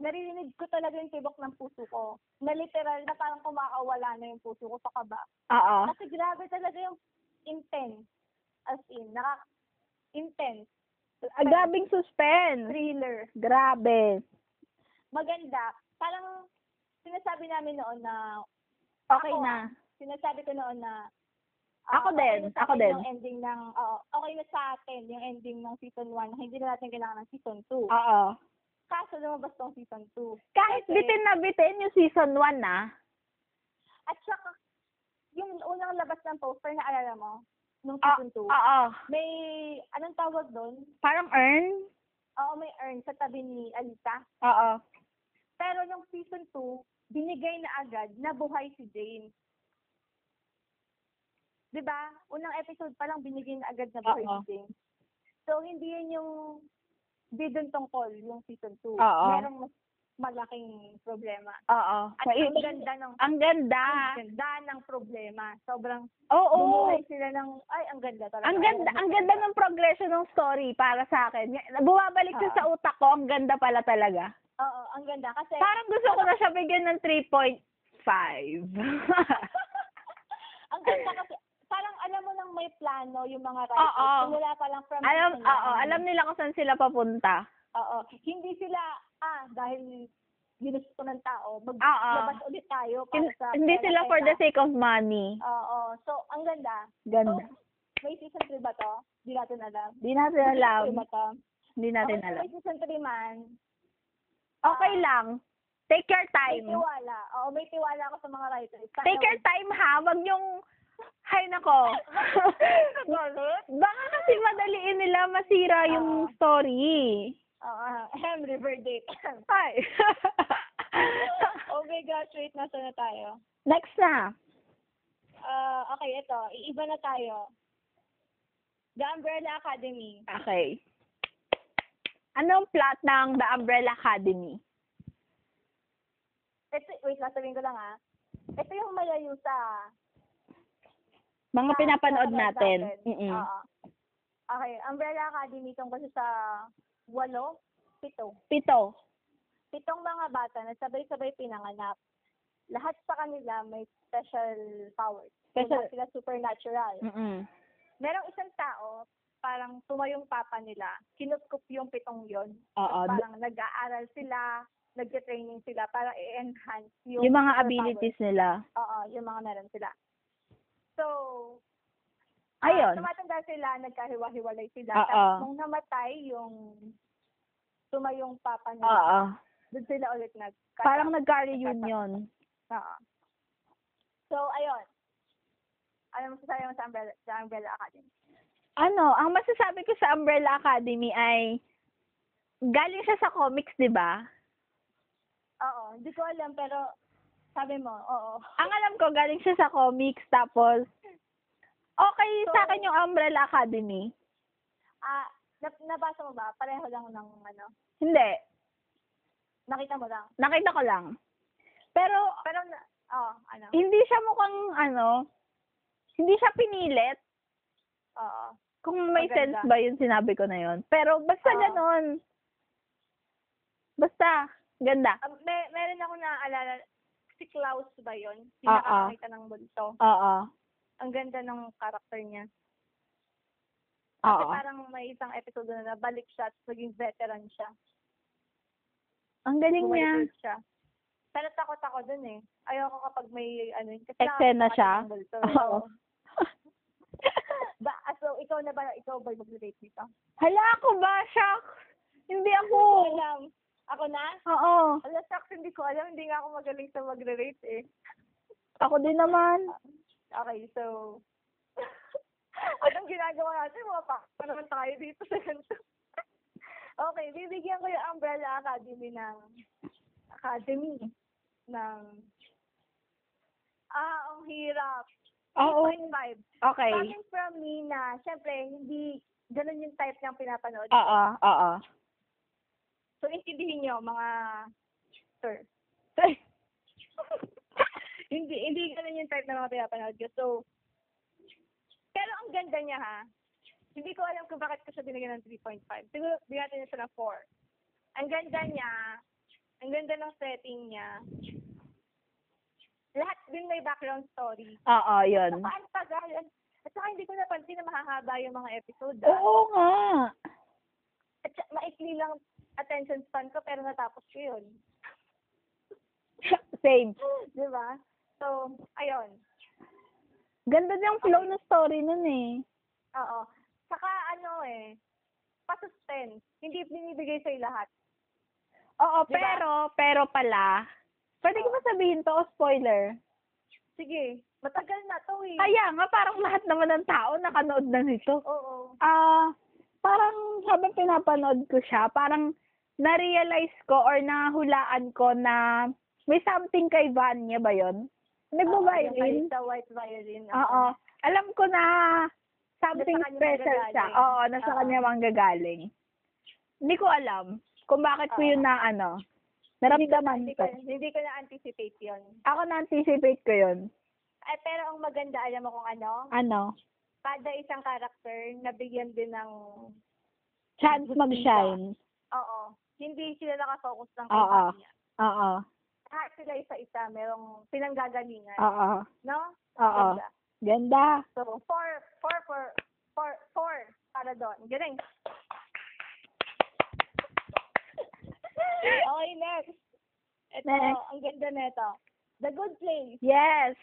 naririnig ko talaga yung tibok ng puso ko. Na literal na parang kumakawala na yung puso ko sa kaba.
Oo.
Kasi grabe talaga yung intense. As in, naka intense
Ah, Agabing suspense.
thriller.
Grabe.
Maganda. Parang sinasabi namin noon na
Okay
Ako,
na.
sinasabi ko noon na ah,
Ako din,
na sa
ako
akin
din.
Yung ending ng oo, okay na sa atin yung ending ng season 1, hindi na natin kailangan ng season 2.
Oo.
Kaso lumabas tong season 2.
Kahit
Kasi-
bitin na bitin yung season ah. 1 na.
At saka yung unang labas ng poster na alala mo nung
Ah,
season 2.
Oo.
may anong tawag doon?
Parang earn.
Oo, may urn sa tabi ni Alita.
Oo.
Pero nung season 2, binigay na agad na buhay si Jane. 'Di ba? Unang episode pa lang binigay na agad na buhay
Oo.
si Jane. So hindi 'yun yung bidon tungkol yung season 2.
Oo.
Merong mas malaking problema.
Oo.
At
May-
ang ganda ng
Ang ganda.
ang ganda ng problema. Sobrang
Ah. Oo.
bumuhay sila ng ay ang ganda talaga.
Ang ganda, ang ganda ng progression ng story para sa akin. Bumabalik siya
Oo.
sa utak ko. Ang ganda pala talaga.
Oo, ang ganda kasi
Parang gusto ko na siya bigyan ng 3.5.
ang ganda kasi parang alam mo nang may plano yung mga writers.
Oo.
Simula pa lang from
alam,
simula
oo,
pa lang.
alam nila kung saan sila papunta.
Oo. Hindi sila, ah, dahil ginusto ng tao,
Oo.
maglabas ulit tayo para
Ah, Hin-
sa
hindi
pera-
sila for the
pera.
sake of money.
Oo. So, ang ganda.
Ganda.
So, may season 3 ba to? Di natin alam.
Hindi natin alam.
Season three ba to?
Hindi natin
Okay,
alam.
May season 3 man,
Okay lang. Take your
may
time.
tiwala. Oo, may tiwala ako sa mga writers. Sana
Take your
wag-
time ha. Wag yung... Hay nako.
Galit?
Baka kasi madaliin nila masira yung
Oo.
story.
Oo. ahem, river date.
Ay.
oh my gosh, wait, nasa na tayo?
Next na.
Ah, okay, ito. Iiba na tayo. The Umbrella Academy.
Okay. Anong Ano plot ng The Umbrella Academy?
Ito, wait, sasabihin ko lang ah. Ito yung malayo sa...
Mga
sa-
pinapanood
sa-
natin. Mm-mm.
Oo. Okay, Umbrella Academy tungkol siya sa walo, pito.
Pito.
Pitong mga bata na sabay-sabay pinanganak. Lahat sa kanila may special powers.
Special- Mm.
Special. sila supernatural.
Mm-mm.
Merong isang tao, parang tumayong papa nila, kinukup yung pitong yon
Oo.
parang nag-aaral sila, nagte-training sila para i-enhance yung,
Yung mga
superpower.
abilities nila.
Oo, yung mga meron sila. So, ah,
Ayun.
tumatanda sila, nagkahiwa-hiwalay sila.
Oo.
Tapos nung namatay yung tumayong papa nila,
Oo.
doon sila ulit nag
Parang nagka-reunion.
Oo. Ah. So, ayun. Ano masasabi mo sa Umbrella, sa Umbrella Academy?
ano, ang masasabi ko sa Umbrella Academy ay galing siya sa comics, 'di ba?
Oo, hindi ko alam pero sabi mo, oo.
Ang alam ko galing siya sa comics tapos okay sa akin yung Umbrella Academy.
Ah, nap- nabasa mo ba? Pareho lang ng ano,
Hindi,
nakita mo lang.
nakita ko lang. Pero
Pero, na, oh, ano,
hindi siya mukhang ano, hindi siya pinilit
oo.
kung may sense
Maganda.
ba yung sinabi ko na yon. Pero basta
Oo.
ganon. Basta ganda.
Um, may, meron ako naaalala, si Klaus ba yun? Si
Oo.
nakakakita ng bunso.
Oo.
Ang ganda ng karakter niya. Kasi
Oo.
parang may isang episode na nabalik siya at naging veteran siya.
Ang galing
Bumalik
niya.
ulit siya. Pero takot ako dun eh. Ayoko kapag may ano yun. Kasi
Eksena
nakakakita
siya?
ng bulto.
Oo.
Oo. ba, ah, so, ikaw na ba, ikaw ba mag-relate dito?
Hala ako ba? Shucks! Hindi ako.
Hindi ko alam. Ako na?
Oo.
Alas, shucks, hindi ko alam. Hindi nga ako magaling sa mag-relate eh.
Ako din naman.
Okay, so... Anong ginagawa natin? Mga pa, pa naman tayo dito sa ganito. okay, bibigyan ko yung Umbrella Academy ng... Academy ng... Ah, ang hirap.
Oo.
8.5.
Ah, Okay.
Coming from me na, syempre, hindi ganun yung type ng pinapanood.
Oo, oo.
So, intindihin nyo, mga sir. hindi, hindi ganun yung type na mga pinapanood ko. So, pero ang ganda niya ha. Hindi ko alam kung bakit ko siya binigyan ng 3.5. Siguro, bigyan niya siya ng 4. Ang ganda niya, ang ganda ng setting niya. Lahat din may background story.
Oo, yun.
Saka ang tagal. At saka hindi ko napansin na mahahaba yung mga episode. ah.
Oo nga.
At sya- maikli lang attention span ko pero natapos ko yun.
Same.
Di ba? So, ayun.
Ganda yung flow ng story nun eh.
Oo. Saka ano eh, pa-suspense. Hindi binibigay sa'yo lahat.
Oo,
Diba?
pero, pero pala, pwede ko ba sabihin to o spoiler?
Sige, matagal na to eh.
Kaya nga, parang lahat naman ng tao nakanood na nito.
Oo.
Ah, parang habang pinapanood ko siya, parang na-realize ko or nahulaan ko na may something kay Vanya ba yun? Nagbabailin?
Sa white violin.
Oo. Alam ko na something
Nasa kanya
special siya.
manggagaling.
Oo, nasa
Oo.
kanya manggagaling. Hindi ko alam kung bakit ko
Oo.
yun na ano,
Hindi
naramdaman
ko,
ko.
hindi ko na-anticipate yun.
Ako na-anticipate ko yun.
Ay, pero ang maganda, alam mo kung ano,
Ano?
kada isang character, nabigyan din ng,
Chance mag-shine.
oo, hindi sila nakafocus ng
Oo.
kanya.
Oo.
Lahat sila isa-isa, merong pinanggagalingan.
Oo.
No?
Oo.
Ganda.
Ganda.
So, four, four, four, four, four para doon. Galing. okay, next. Ito,
Next.
ang ganda nito. The Good Place.
Yes.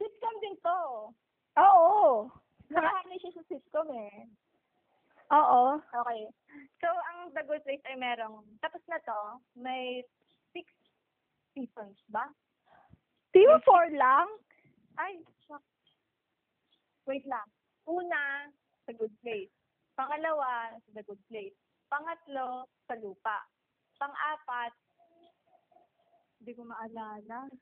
Sitcom din to.
Oo.
Nakahari siya sa sitcom eh.
Oo.
Okay. So, ang The Good Place ay merong, tapos na to, may six seasons ba?
Di ba four lang?
Ay, shock. Wait lang. Una, The Good Place. Pangalawa, The Good Place. Pangatlo, sa lupa. Pang-apat, hindi ko maalala.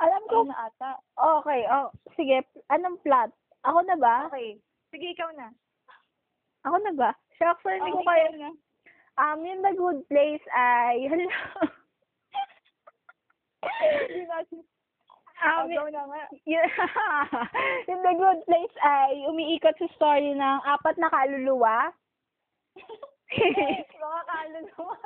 Alam ko.
Ayun na ata.
Okay. Oh, sige. Anong plot? Ako na ba?
Okay. Sige, ikaw na.
Ako na ba? Shucks, sir, hindi ko kayo.
na.
Um, yung The Good Place ay, hello.
Hindi natin.
um,
Ah, Ikaw na nga.
yun, yung The Good Place ay umiikot sa story ng apat na kaluluwa.
Mga kaluluwa.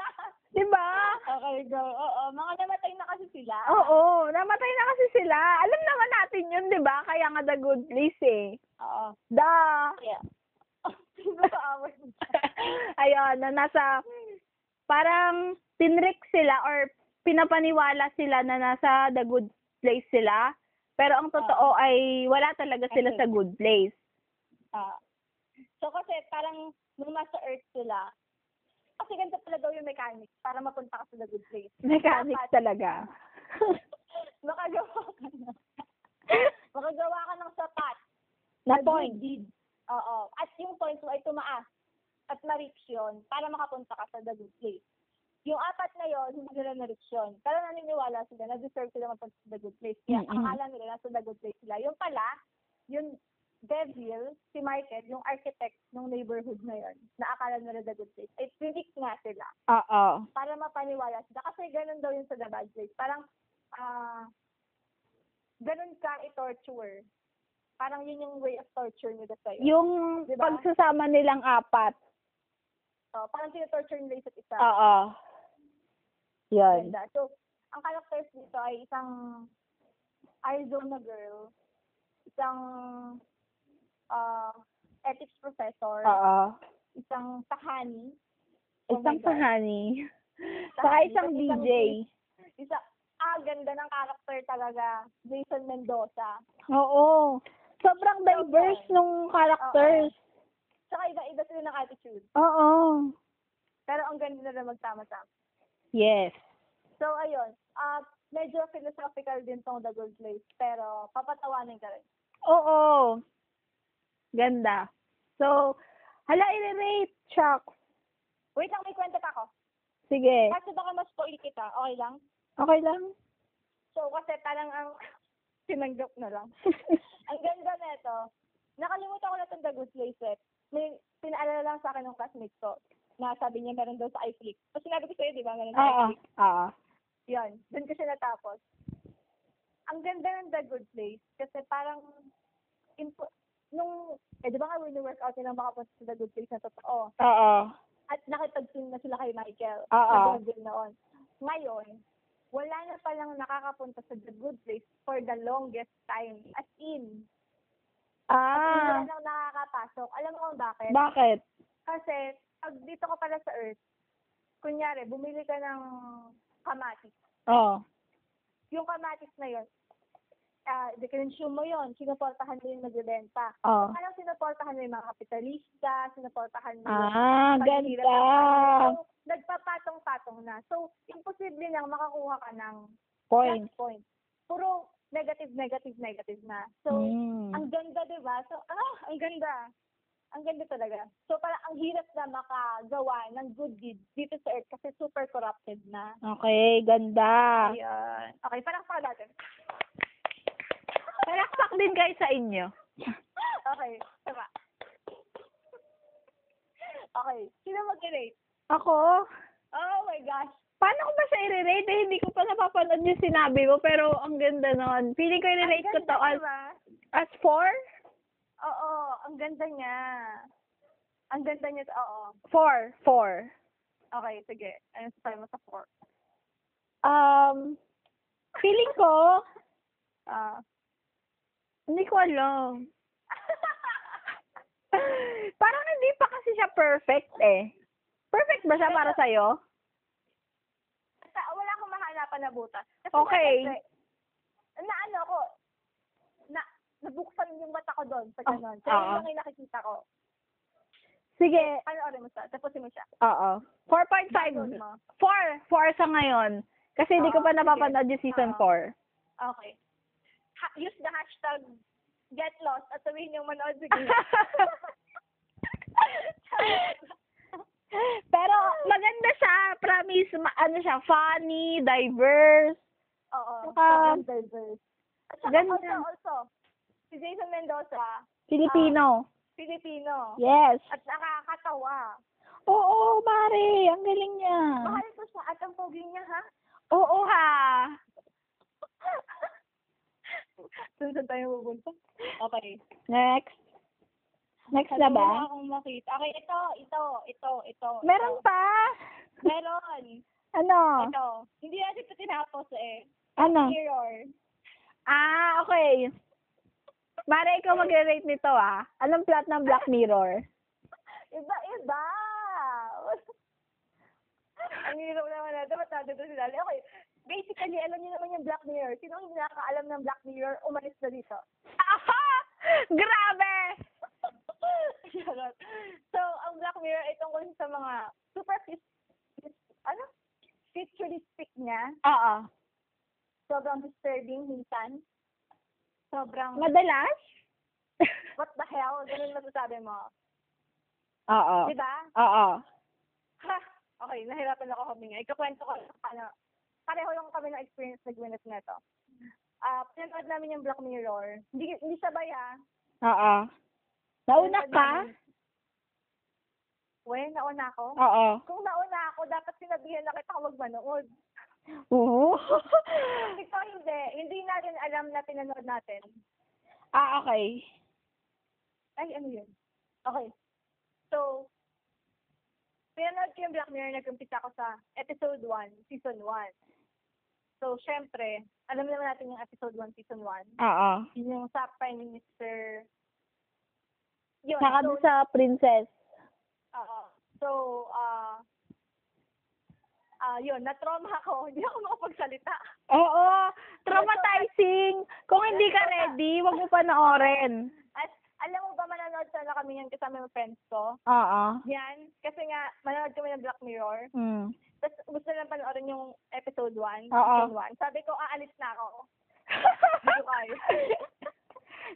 Di ba?
okay, go. Oo, mga namatay na kasi sila.
Oh. Oo, namatay na kasi sila. Alam naman natin yun, di ba? Kaya nga The Good Place eh.
Oo.
Da!
Yeah. Nakaaway mo.
Ayun, na nasa, parang tinrick sila or pinapaniwala sila na nasa the good place sila. Pero ang totoo ay wala talaga sila
Okay.
sa good place.
Ah. So kasi parang nung nasa Earth sila, kasi ganito pala daw yung mechanics para mapunta ka sa the good place.
Mechanics
Dapat
talaga.
Makagawa ka na. Makagawa ka ng sapat.
na
na
point.
good deed. Oo. At yung points mo ay tumaas at ma-reach yun para makapunta ka sa the good place. Yung apat na yon hindi nila na-reach yun. Pero naniniwala sila, na-deserve sila mapunta sa the good place. Kaya
Mm-mm.
akala nila nasa the good place sila. Yung pala, yung devil, si Michael, yung architect ng neighborhood na yun, na akala nila the good place, ay predict nga sila
Oo.
para mapaniwala sila. Kasi ganun daw yun sa the bad place. Parang, ah, ganun ka i-torture. Parang yun yung way of torture nila sa'yo.
Yung
Diba?
pagsasama nilang apat.
So, parang tinatorture nila isa't isa.
Oo. Yun.
Diba? Ganda. So, ang characters dito ay isang Arizona girl, isang ah, ethics professor,
Oo.
isang tahani, Oh
Isang
my God.
pahani. Saka
Tahani,
isang
tapos isang
DJ.
isa, ah, ganda ng character talaga, Jason Mendoza.
Oo. Sobrang diverse nung characters.
Tsaka iba-iba sila ng attitude.
Oo.
Pero ang ganda na magsama-sama.
Yes.
So, ayun. ah medyo philosophical din tong The Good Place. Pero, papatawanin ka rin.
Oo. Ganda. So, hala, i-rate, Chuck.
Wait lang, may kwento pa ako.
Sige.
Kasi baka mas spoil kita. Okay lang?
Okay lang?
So, kasi parang ang sinanggap na lang. ang ganda nito, nakalimutan ko na itong The Good Place eh. May pinaalala lang sa akin ng classmate ko na sabi niya meron daw sa iFlix. Tapos sinabi ko sa'yo, di ba? Meron sa
Oo.
iFlix.
Oo.
Yun, doon ko siya natapos. Ang ganda ng The Good Place kasi parang impo- nung, eh di ba nga wini-workout nilang makapunta sa The Good Place na totoo.
Oo.
At nakipag-team na sila kay Michael.
Oo.
Sa Devil noon. Ngayon, wala na palang nakakapunta sa The Good Place for the longest time. As in,
Ah.
wala nang nakakapasok. Alam mo kung bakit?
Bakit?
Kasi, pag dito ka pala sa Earth, kunyari, bumili ka ng kamatis.
Oo.
Yung kamatis na yun, ah, i-consume mo yun. Sinuportahan mo yung nagbibenta.
Oo.
Parang sinuportahan mo yung mga kapitalista, sinuportahan mo yung
Ah,
paghihirap
ganda.
So, nagpapatong-patong na. So, imposible nang makakuha ka ng
Point.
plus point. Puro negative, negative, negative na. So,
Mm.
ang ganda, di ba? So, ah, ang ganda. Ang ganda talaga. So, parang ang hirap na makagawa ng good deed dito sa Earth kasi super corrupted na.
Okay, ganda.
Ayan. Okay, parang pa natin.
Palakpak din kayo sa inyo.
Okay, tama. Okay, sino mag-rate?
Ako?
Oh my gosh.
Paano ko ba siya i-rate? Eh, hindi ko pa napapanood yung sinabi mo, pero ang ganda nun. Feeling ko
Ang
i-rate ko
ganda,
to as,
diba?
as four?
Oo, ang ganda niya. Ang ganda niya, oo.
Four. Four.
Okay, sige. Ano sa mo sa four?
Um, feeling ko,
Ah.
hindi ko alam. Parang hindi pa kasi siya perfect eh. Perfect ba siya para sa'yo?
Sa- wala akong mahanap. napanabutan. Kasi
Okay.
syempre, na ano ako, na, nabuksan yung mata ko doon sa ganun.
Oh,
Kaya
oo.
yun lang yung nakikita ko.
Sige,
Panoorin mo siya. Tapusin mo siya.
oo. 4.5.
Doon
4.
mo.
4 sa ngayon. Kasi hindi ko
Oo,
pa
sige.
napapanood yung season
Oo.
4.
Okay. Ha- use the hashtag get lost at sabihin yung manood sa gila.
Pero maganda siya, promise. Ma- ano siya, funny, diverse.
Oo.
Saka-
diverse. At saka
Ganda.
also, also, si Jason Mendoza,
Filipino.
Filipino.
yes.
At nakakatawa.
Oo, mare. Ang galing niya.
Mahal ko siya at ang pogi niya, ha?
Oo, ha.
Doon saan tayo pupunta? Okay.
Next. Next na ba?
Wala akong makita. Okay, ito, ito, ito, ito.
Meron
ito.
pa.
Meron.
Ano?
Ito. Hindi natin ito tinapos eh.
Ano?
Mirror.
Ah, okay. Mare, ikaw magre-rate nito, ah. Anong plot ng Black Mirror?
Iba, iba! Ang hirap naman natin, ba't natin ito sinali? Okay, basically, alam niyo naman yung Black Mirror. Sino ang hindi nakakaalam ng Black Mirror, umalis na dito.
Aha! Grabe!
Charot. so, ang Black Mirror ay tungkol sa mga super ano? futuristic niya.
Oo.
Sobrang disturbing, minsan. Sobrang,
Madalas?
what the hell? Ganun masasabi mo.
Oo.
Di ba?
Oo.
Ha! Okay, nahirapan ako huminga. Ikakwento ko lang ano. Pareho lang kami ng experience na Gwyneth na to. Ah, pinanood namin yung Black Mirror. Hindi, hindi ah? sabay ha.
Oo. Nauna ka?
Well, nauna ako.
Oo.
Kung nauna ako, dapat sinabihan na kita kung magmanood.
Oo.
Ito hindi. Hindi natin alam na pinanood natin.
ah, okay.
Ay, ano yun? Okay. So, pinanood ko yung Black Mirror, nag-umpisa ko sa episode 1, season 1. So, syempre, alam naman natin yung episode 1, season 1.
Oo.
yung sa Prime Minister. Yun.
Saka
so,
dun sa princess.
oo. so, ah, ah, yun, na-trauma ako. Hindi ako makapagsalita.
Oo. Traumatizing. Kung hindi ka ready, wag mo panoorin.
At alam mo ba, mananood sana kami yan kasama yung friends ko.
Oo.
Yan. Kasi nga, mananood kami ng Black Mirror.
Mm.
Tapos gusto lang panoorin yung episode
Oo.
1, season 1. Sabi ko, aalis na ako. Hindi ko kaya.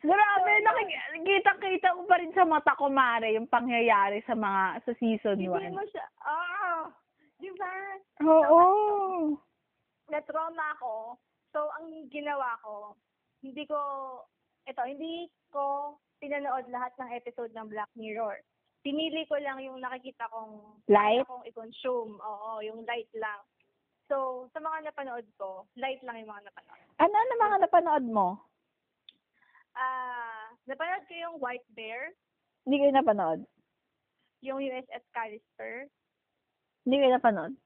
Grabe, nakikita-kita ko pa rin sa mata ko, Mare, yung pangyayari sa mga, sa season
Hindi
1.
mo siya, ah, di ba?
Oo.
na-trauma ako. So, ang ginawa ko, hindi ko, eto, hindi ko pinanood lahat ng episode ng Black Mirror. Pinili ko lang yung nakikita kong
Light?
kong i-consume. Oo, yung light lang. So, sa mga napanood ko, light lang yung mga napanood.
Ano na mga napanood mo?
Ah, napanood ko yung White Bear,
Hindi ko yung napanood.
yung USS Callister.
Hindi ko yung napanood.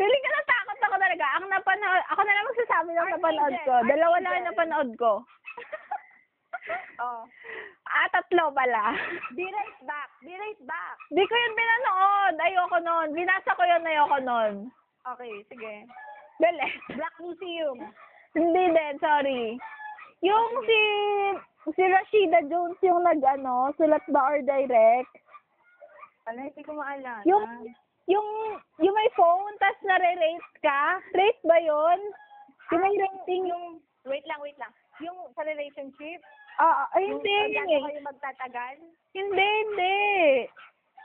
Feeling ko natakot ako talaga. Ang napanood, ako na lang magsasabi ng
Archangel,
napanood ko. Dalawa lang yung
Archangel.
napanood ko.
Oh.
Ah, tatlo pala.
Be right back! Be right back!
Hindi ko yun pinanood. Ayoko nun. Binasa ko yun, ayoko nun.
Okay, sige.
Galit.
Black Museum.
Hindi din, sorry. Yung si si Rashida Jones yung nag-ano, sulat ba or direct?
Wala, Ano, hindi ko maalala.
Yung yung yung may phone tas nare-rate ka? Rate ba 'yon? Yung may rating yung
Wait lang, wait lang. Yung sa relationship,
ah, ah,
yung
hindi.
kung gaano kayo magtatagal.
Hindi, hindi.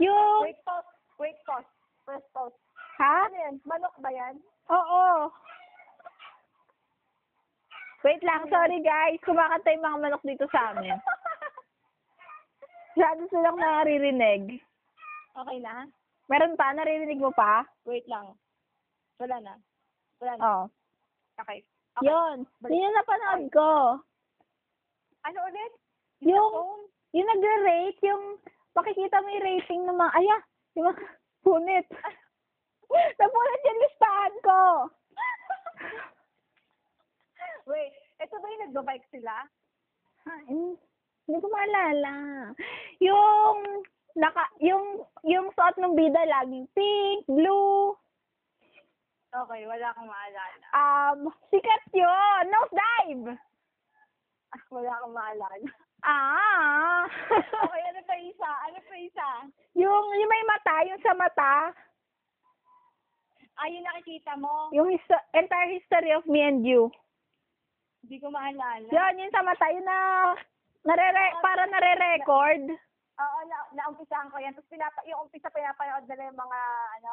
Yung
Wait, pause. Wait, pause. First pause.
Oh. ha?
Ano yan? Manok ba yan?
Oo. Wait lang, sorry guys. Kumakanta yung mga manok dito sa amin. Masyado silang naririnig.
okay na?
Meron pa? Naririnig mo pa?
Wait lang. Wala na. Wala na.
Oo.
Okay. okay.
Oh. Yun. Yun yung napanood ko.
Ano ulit?
Yung,
Phone?
yung nagre-rate, yung makikita mo yung rating ng mga, aya, yung mga punit. Napunit yung listahan ko.
Wait. Ito ba yung nagbabike sila?
Ha, hin- Hindi ko maalala. Yung, naka, yung, yung suot ng bida laging pink, blue.
Okay, wala akong maalala.
Um, sikat yun! Nosedive!
Ah, wala akong maalala.
Ah!
okay, ano pa isa? Ano pa isa?
yung, yung may mata, yung sa mata,
Ah, yung nakikita mo?
yung histo- entire history of me and you.
Hindi ko maalala.
Yun, yun sa mata, yun na, narere- para nare-record.
Oo, na, naumpisahan ko yan. Tapos pinapa, yung umpisa pinapanood nila yung mga, ano,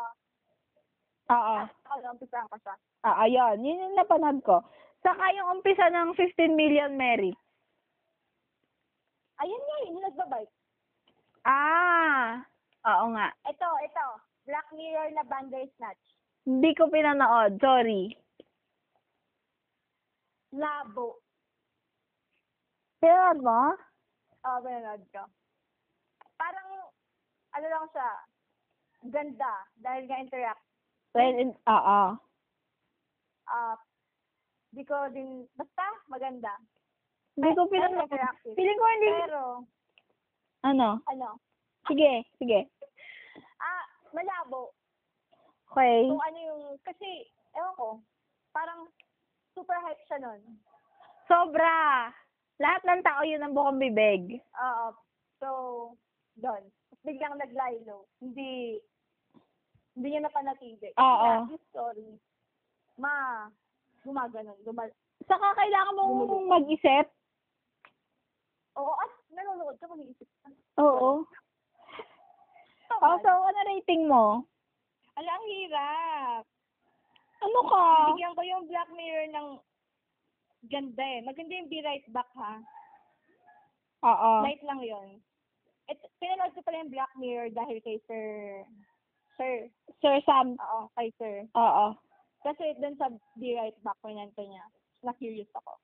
Oo.
ako naumpisahan ko siya.
Ah, ayun. Yun yung napanood ko. Saka yung umpisa ng 15 Million Mary.
Ayun nga, yun yung nagbabike.
Ah. Oo nga.
Ito, ito. Black Mirror na Bandersnatch.
Hindi ko pinanood. Sorry.
Labo.
Pinanood mo?
Oo, Oh, pinanood ko. Parang, ano lang siya, ganda. Dahil nga interact.
Well, in- oo.
Ah, di ko din, basta maganda.
Hindi ko
Pero
pinanood.
interactive.
Feeling ko hindi.
Pero,
Ano?
ano,
Sige, sige.
ah, malabo.
Okay.
Kung ano yung, kasi, ewan ko, parang super hype siya nun.
Sobra. Lahat ng tao yun ang bukong bibig.
Oo. so, doon. Biglang naglaylo. Hindi, hindi niya napanatili.
Oo.
Yeah, yung story. Ma, gumaganon. Gumal
Saka kailangan mong mag-isip.
Oo, at nanonood ka, mag-iisip ka.
Oo. Oh, so, ano rating mo?
Ala, ang hirap.
Ano ka?
Bigyan ko yung Black Mirror ng ganda eh. Maganda yung Be Right Back ha.
Oo.
Light lang yon. At pinanood ko pala yung Black Mirror dahil kay Sir... Sir.
Sir Sam.
Oo, kay Sir.
Oo.
Kasi dun sa Be Right Back, pinanto niya. Na-curious ako.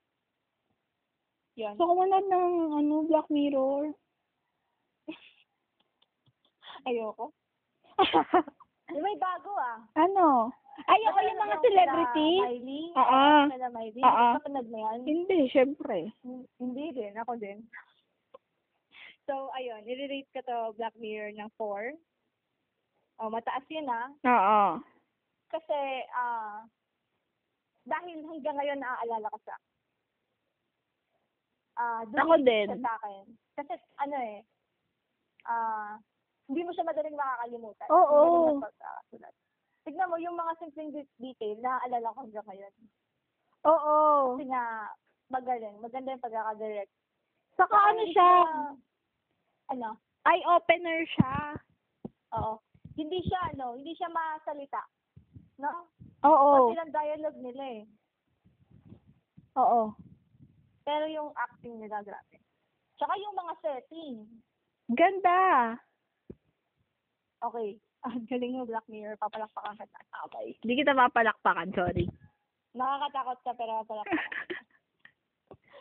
Yun.
So, kumanood ng ano, Black Mirror.
Ayoko. Yung may bago ah.
ano? Ay, ako yung mga celebrity?
Miley.
Oo.
Sila Miley.
Oo.
Kapanood mo yan?
Hindi, syempre.
Hin- Hindi din. Ako din. So, ayun. Nire-rate ko to Black Mirror ng 4. Oh, mataas yun ah.
Oo.
Kasi, ah, dahil hanggang ngayon naaalala ko siya. Ah, dumikit
Ako din.
siya Sa akin. Kasi, ano eh, ah, hindi mo siya madaling makakalimutan.
Oo.
Madaling magpapasulat. Tignan mo, yung mga simpleng de- detail, naaalala ko hanggang ngayon.
Oo.
Kasi nga, magaling. Maganda yung pagkakadirect.
Saka ano
Hindi
siya?
ano,
Eye-opener siya.
oo. Hindi siya, ano, hindi siya masalita. No?
Oo.
Kasi lang dialogue nila eh.
Oo.
Pero yung acting nila, grabe. Tsaka yung mga setting.
Ganda.
Okay. Ang galing mo, Black Mirror. Papalakpakan ka na. Okay.
Hindi kita mapalakpakan, sorry.
Nakakatakot ka, pero papalakpakan.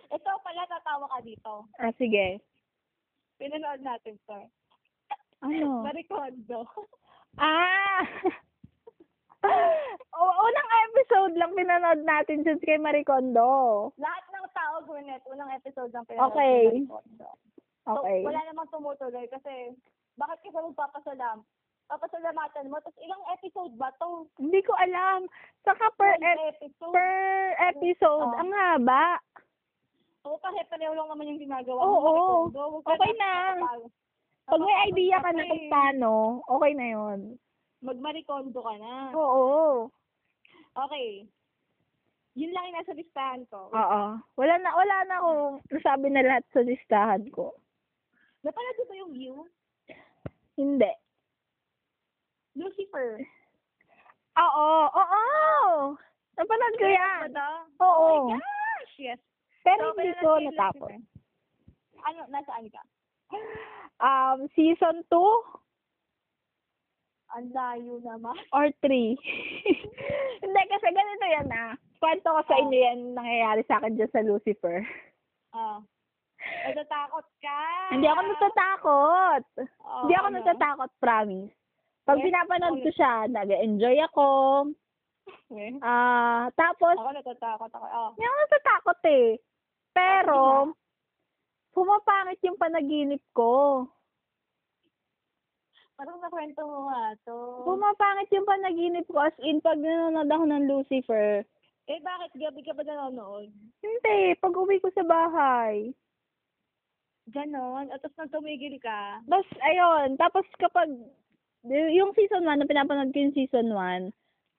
Ito pala, tatawa ka dito.
ah, sige.
Pinanood natin to.
Ano?
Maricondo.
Ah! o, unang episode lang pinanood natin since kay Marie Kondo.
Lahat ng tao, Gwyneth, unang episode ng pinanood
Okay.
ng Maricondo.
Okay.
So, wala namang tumutuloy kasi bakit ka ba magpapasalam? Papasalamatan mo. Tapos ilang episode ba to?
Hindi ko alam. Saka per, ep-
episode.
per episode,
Oo.
ang haba.
Oo, kasi pareho lang naman yung ginagawa
Oo.
Maricondo. Huwag ka
Okay
na-
na.
napapagod.
Pag may idea ka na
Napapagod
kung
eh.
paano, okay na yun.
Magmarikondo ka na.
Oo.
Okay. Yun lang yung nasa listahan ko.
Oo. Wala na, wala na akong nasabi na lahat sa listahan ko.
Napanood mo ba yung view?
Hindi.
Lucifer.
Oo. Oo. Napanood ko yan.
Ano? Oh
Oo.
my gosh! Yes.
Pero
So,
hindi ko
kailan natin yung
natapos.
Lucifer? Ano? Nasaan ka?
Um, season 2 or
Ang layo naman.
3? hindi, kasi ganito yan ah. Kwento ko sa
Ah.
inyo yan nangyayari sa akin dyan sa Lucifer.
Ah. Natatakot ka.
Hindi ako natatakot.
Oo,
Hindi ako
Ah, ano?
natatakot, promise. Pag
Yes,
pinapanood
okay.
ko siya, nag-enjoy ako.
Eh,
Ah, tapos
Ako natatakot ako. Oh.
Hindi ako natatakot eh. Pero, pumapangit yung panaginip ko.
Parang nakwento mo nga to.
Pumapangit yung panaginip ko as in pag nanonood ako ng Lucifer.
eh, bakit gabi ka ba nanonood?
Hindi, pag uwi ko sa bahay.
Ganon. At tapos nang tumigil ka.
Tapos, ayun, tapos kapag, y- yung season 1, na pinapanood ko yung season 1,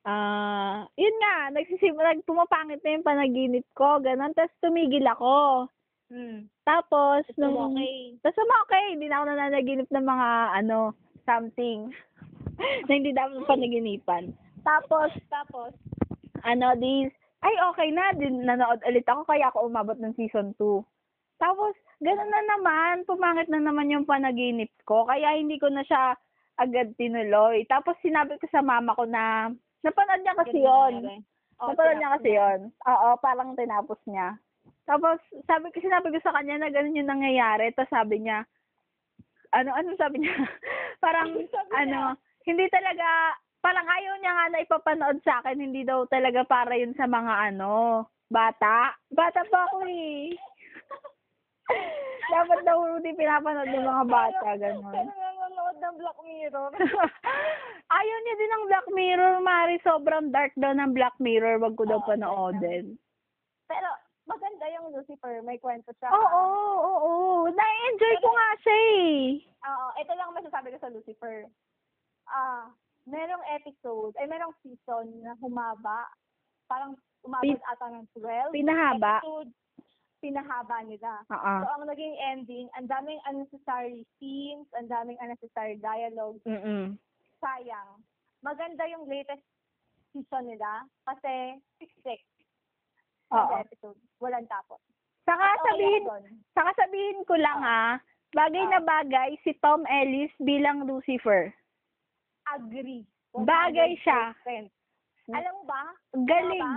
ah, yun nga, nagsisim, nag, pumapangit na yung panaginip ko, ganun, tapos tumigil ako.
Hmm.
Tapos,
Tapos
nung,
okay.
tapos um, okay, hindi na ako nananaginip ng mga, ano, something, na hindi dapat panaginipan. Tapos,
Tapos,
ano, this, ay, okay na, din, nanood ulit ako, kaya ako umabot ng season 2. Tapos, ganun na naman, pumangit na naman yung panaginip ko, kaya hindi ko na siya agad tinuloy. Tapos, sinabi ko sa mama ko na, napanood niya kasi
ganun
yon.
nangyari. Oo,
Napanood niya
tinapos
kasi yon. Oo, parang tinapos niya. Tapos, sabi ko, sinabi ko sa kanya na ganun yung nangyayari. Tapos sabi niya, ano, ano sabi niya? parang,
Ano sabi niya?
ano, hindi talaga, parang ayaw niya nga na ipapanood sa akin, hindi daw talaga para yun sa mga ano, bata. Bata pa ako eh. Dapat daw hindi pinapanood ng mga bata, ganun.
Pero nanonood ng Black Mirror.
Ayaw niya din ng Black Mirror, Mari. Sobrang dark daw ng Black Mirror. Wag ko daw
Oo,
panoodin.
Pero maganda yung Lucifer. May kwento siya.
Oo, oo, oo. Na-enjoy ko nga siya eh.
Oo, ito lang ang masasabi ko sa Lucifer. Ah, merong episode, ay merong season na humaba. Parang umabot
Pin-
ata ng 12.
Pinahaba.
Episode, pinahaba nila.
Oo.
So, ang naging ending, ang daming unnecessary scenes, ang daming unnecessary dialogue.
Mm-mm.
Sayang. Maganda yung latest season nila kasi siksik
Oo.
sa episode. Walang tapos.
Saka
At okay
sabihin,
ako dun.
saka sabihin ko lang ah, bagay na bagay si Tom Ellis bilang Lucifer.
Agree.
Bagay siya.
100%. Alam mo ba?
Galing.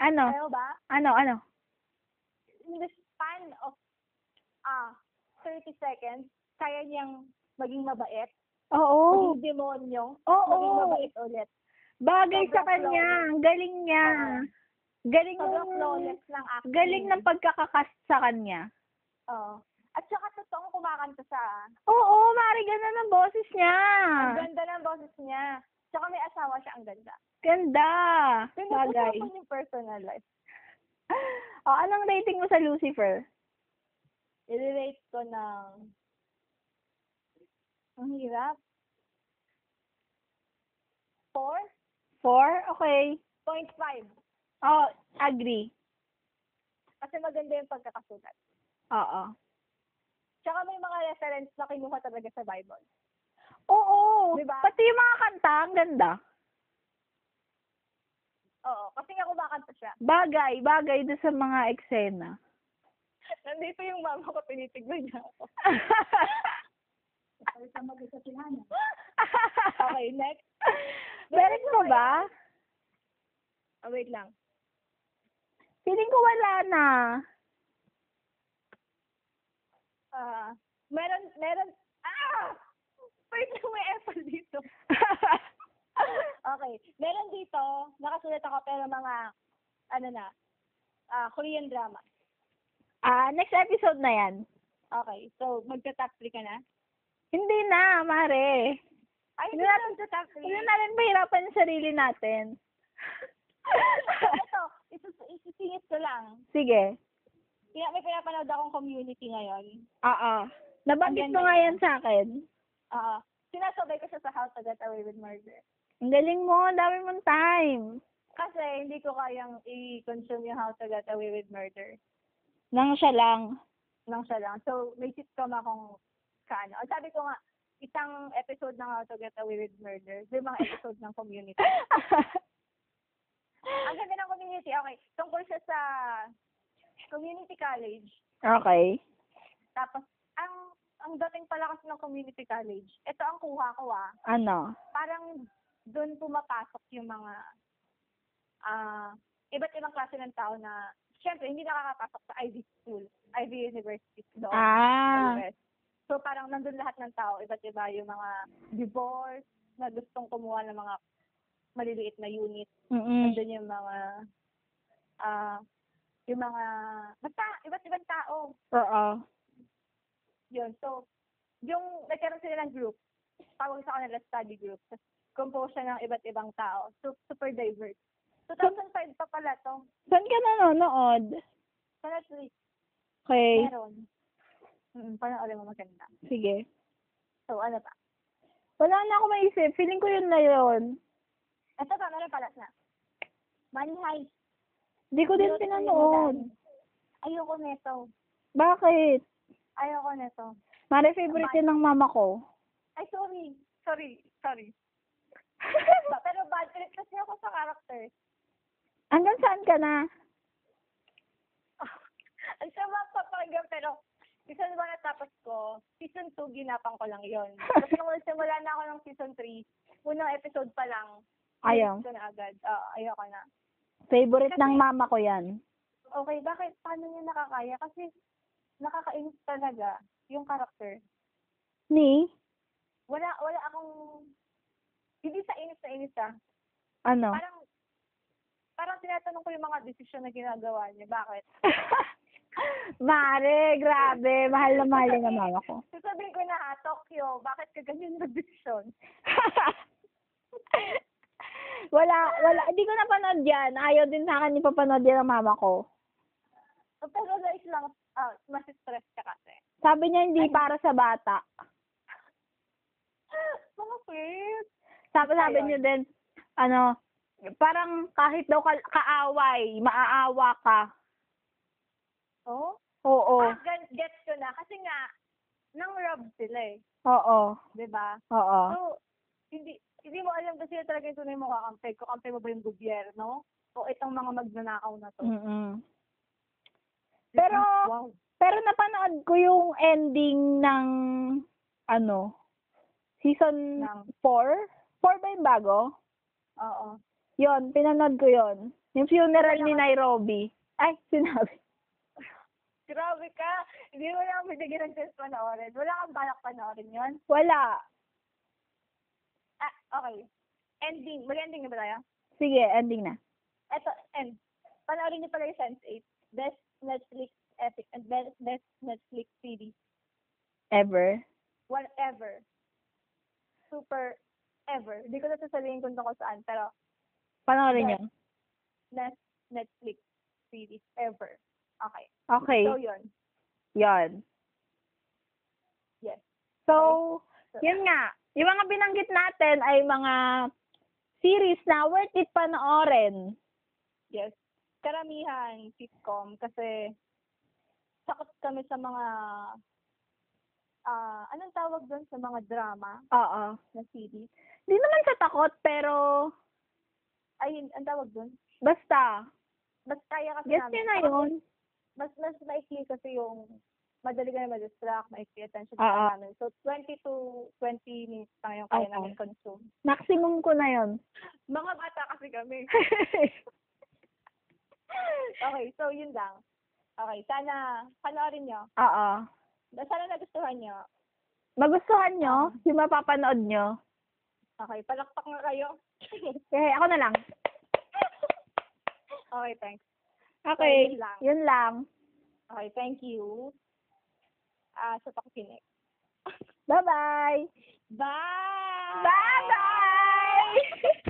Ano?
Alam mo ba?
Ano? Ano?
in the span of ah 30 seconds, kaya niyang maging mabait,
Oo.
maging demonyo, maging
Oo.
mabait ulit.
Bagay sa
Sobrang
kanya.
flawless.
Ang Galing niya.
Oo.
Galing
Sobrang
ng,
flawless ng acting.
Ah. galing ng pagkakakast sa kanya.
Oo. At saka totoong kumakanta siya. ah.
Oo, mari ganda ng boses niya.
Ang ganda ng boses niya. Tsaka may asawa siya, ang ganda.
Ganda. Bagay.
Pinupusapan yung personal life.
O, anong rating mo sa Lucifer?
I-rate ko ng... Ang hirap. 4.5.
Four? Okay. Oh, agree.
Kasi maganda yung pagkakasulat.
Oo.
Tsaka may mga reference na kinuha talaga sa Bible.
Oo.
Diba?
Pati yung mga kanta, ang ganda.
Oo, kasi nga kumakanta siya.
Bagay, bagay doon sa mga eksena.
Nandito yung mama ko, tinitignan niya ako. okay, next.
Meron mo ba?
Oh, wait lang.
Feeling ko wala na.
Ah, meron, meron, ah! Wait lang, may apple dito. okay, meron dito, nakasulat ako pero mga, ano na, ah, Korean drama.
Ah, next episode na yan.
Okay, so magta-top 3 ka na?
Hindi na, Mare.
Ay,
Ano natin-
hindi na magta-top 3.
Hindi natin pahirapan yung sarili natin.
Ito, isus- isisingit ko lang.
Sige.
Kaya may pinapanood akong community ngayon.
Oo. Nabanggit mo
Ang ganda
nga
niya.
yan sa akin.
Oo. Ah, sinasabay ko siya sa How to Get Away with Murder.
Ang galing mo. Ang dami mong time.
Kasi hindi ko kayang i-consume yung How to Get Away with Murder
Nang siya lang.
nang siya lang. So, may sitcom akong kaano. Ang sabi ko nga, isang episode ng How to Get Away with Murder, limang episode ng community. Ang ganda ng community, okay. Tungkol siya sa community college.
okay.
Tapos, ang ang dating pala kasi ng community college, ito ang kuha ko ah.
Ano?
parang doon pumapasok yung mga ah iba't ibang klase ng tao na syempre hindi nakakapasok sa Ivy school, Ivy University doon sa
Ah.
US. So parang nandun lahat ng tao, iba't iba yung mga divorce na gustong kumuha ng mga maliliit na unit.
Mm-mm.
Nandun yung mga ah yung mga basta iba't ibang tao.
Oo.
Yun. So yung nagkaroon sila ng group tawag sa kanila study group. Tapos compose siya ng iba't ibang tao. So, super diverse. 2005 pa pala to.
Saan ka nanonood?
Sa Netflix,
Okay,
meron. Mm, panoorin mo maganda.
sige.
So, ano pa?
Wala na ako maisip. Feeling ko yun na yun.
Ito pa, meron pala na. Money Heist.
Hindi ko din
Meron tayong
pinanood.
daan. Ayoko nito.
Bakit?
Ayoko nito.
Mare, favorite yun ng mama ko.
Ay, sorry. Sorry. Sorry. Ba- Pero bad trip kasi ako sa character.
Hanggang saan ka na?
Ang sama pa pakinggan pero season 1 natapos ko, season 2 ginapang ko lang yon. Tapos nung nagsimula na ako ng season 3, unang episode pa lang,
Ayaw.
nilist ko na agad. Oo, ayoko na.
Favorite ng mama ko yan.
Okay, bakit? Paano niya nakakaya? Kasi nakakainis talaga yung character.
Ni?
Wala, wala akong, hindi sa inis na inis ah.
Ano?
Parang, parang tinatanong ko yung mga desisyon na ginagawa niya. Bakit?
Mare, grabe. Mahal na mahal yun ng mama ko.
Sasabihin ko na ha, Tokyo, bakit ka ganyan mag-desisyon?
wala, wala. Hindi ko napanood yan. Ayaw din sa akin ipapanood yan ng mama ko.
Pero guys lang, ah, mas stress ka kasi.
Sabi niya hindi para sa bata.
Mga sweet.
Sabi, sabi
Ayun.
niya din, ano, parang kahit daw ka- kaaway, maaawa ka.
Oh?
Oo,
Ah, gan- gets ko na. Kasi nga, nang rob sila eh.
oo,
'di ba?
oo.
So, hindi hindi mo alam kasi sila talaga yung tunay mo kakampi. Kakampi mo ba yung gobyerno? O itong mga magnanakaw na to?
Mm-mm. Mm. Pero,
wow.
pero napanood ko yung ending ng, ano, season
Ng-
4? 4 ba yung bago?
Oo.
Yon, pinanood ko yon. Yung funeral ni Nairobi. Ay, sinabi.
Grabe ka. Hindi mo lang binigyan ng chance panoorin. Wala kang balak panoorin yun.
Wala.
Ah, okay. Ending. Mag-ending na ba tayo?
Sige, ending na.
Eto, and panoorin niyo pala yung Sense8. Best Netflix epic and best, best Netflix series.
Ever.
Whatever. Super ever. Hindi ko na sasabihin kung tungkol saan, pero
Panoorin yun.
best Netflix series ever. Okay.
Okay,
So, yun.
yon.
Yes.
So,
So,
Yun nga, yung mga binanggit natin ay mga series na worth it panoorin.
Yes. Karamihan sitcom kasi sakot kami sa mga ah anong tawag doon sa mga drama
Oo.
na series?
Hindi naman sa takot, pero
Ay, ang tawag doon?
basta.
Mas kaya kasi
Guess
namin.
nyo na yun.
mas mas maikli kasi yung madali ka na ma-distract, maikli attention
Oo.
span namin. So, 20 to 20 minutes lang yung kaya
Oo.
namin consume.
Maximum ko na yun.
Mga bata kasi kami. okay, so yun lang. Okay, sana panoorin nyo.
Oo.
Sana nagustuhan nyo.
Magustuhan nyo yung mapapanood nyo.
Okay, palakpak nga kayo.
Okay, ako na lang.
okay, thanks.
Okay,
So, yun lang.
yun lang.
Okay, thank you. Ah, sa pakikinig.
Bye-bye!
Bye!
Bye-bye!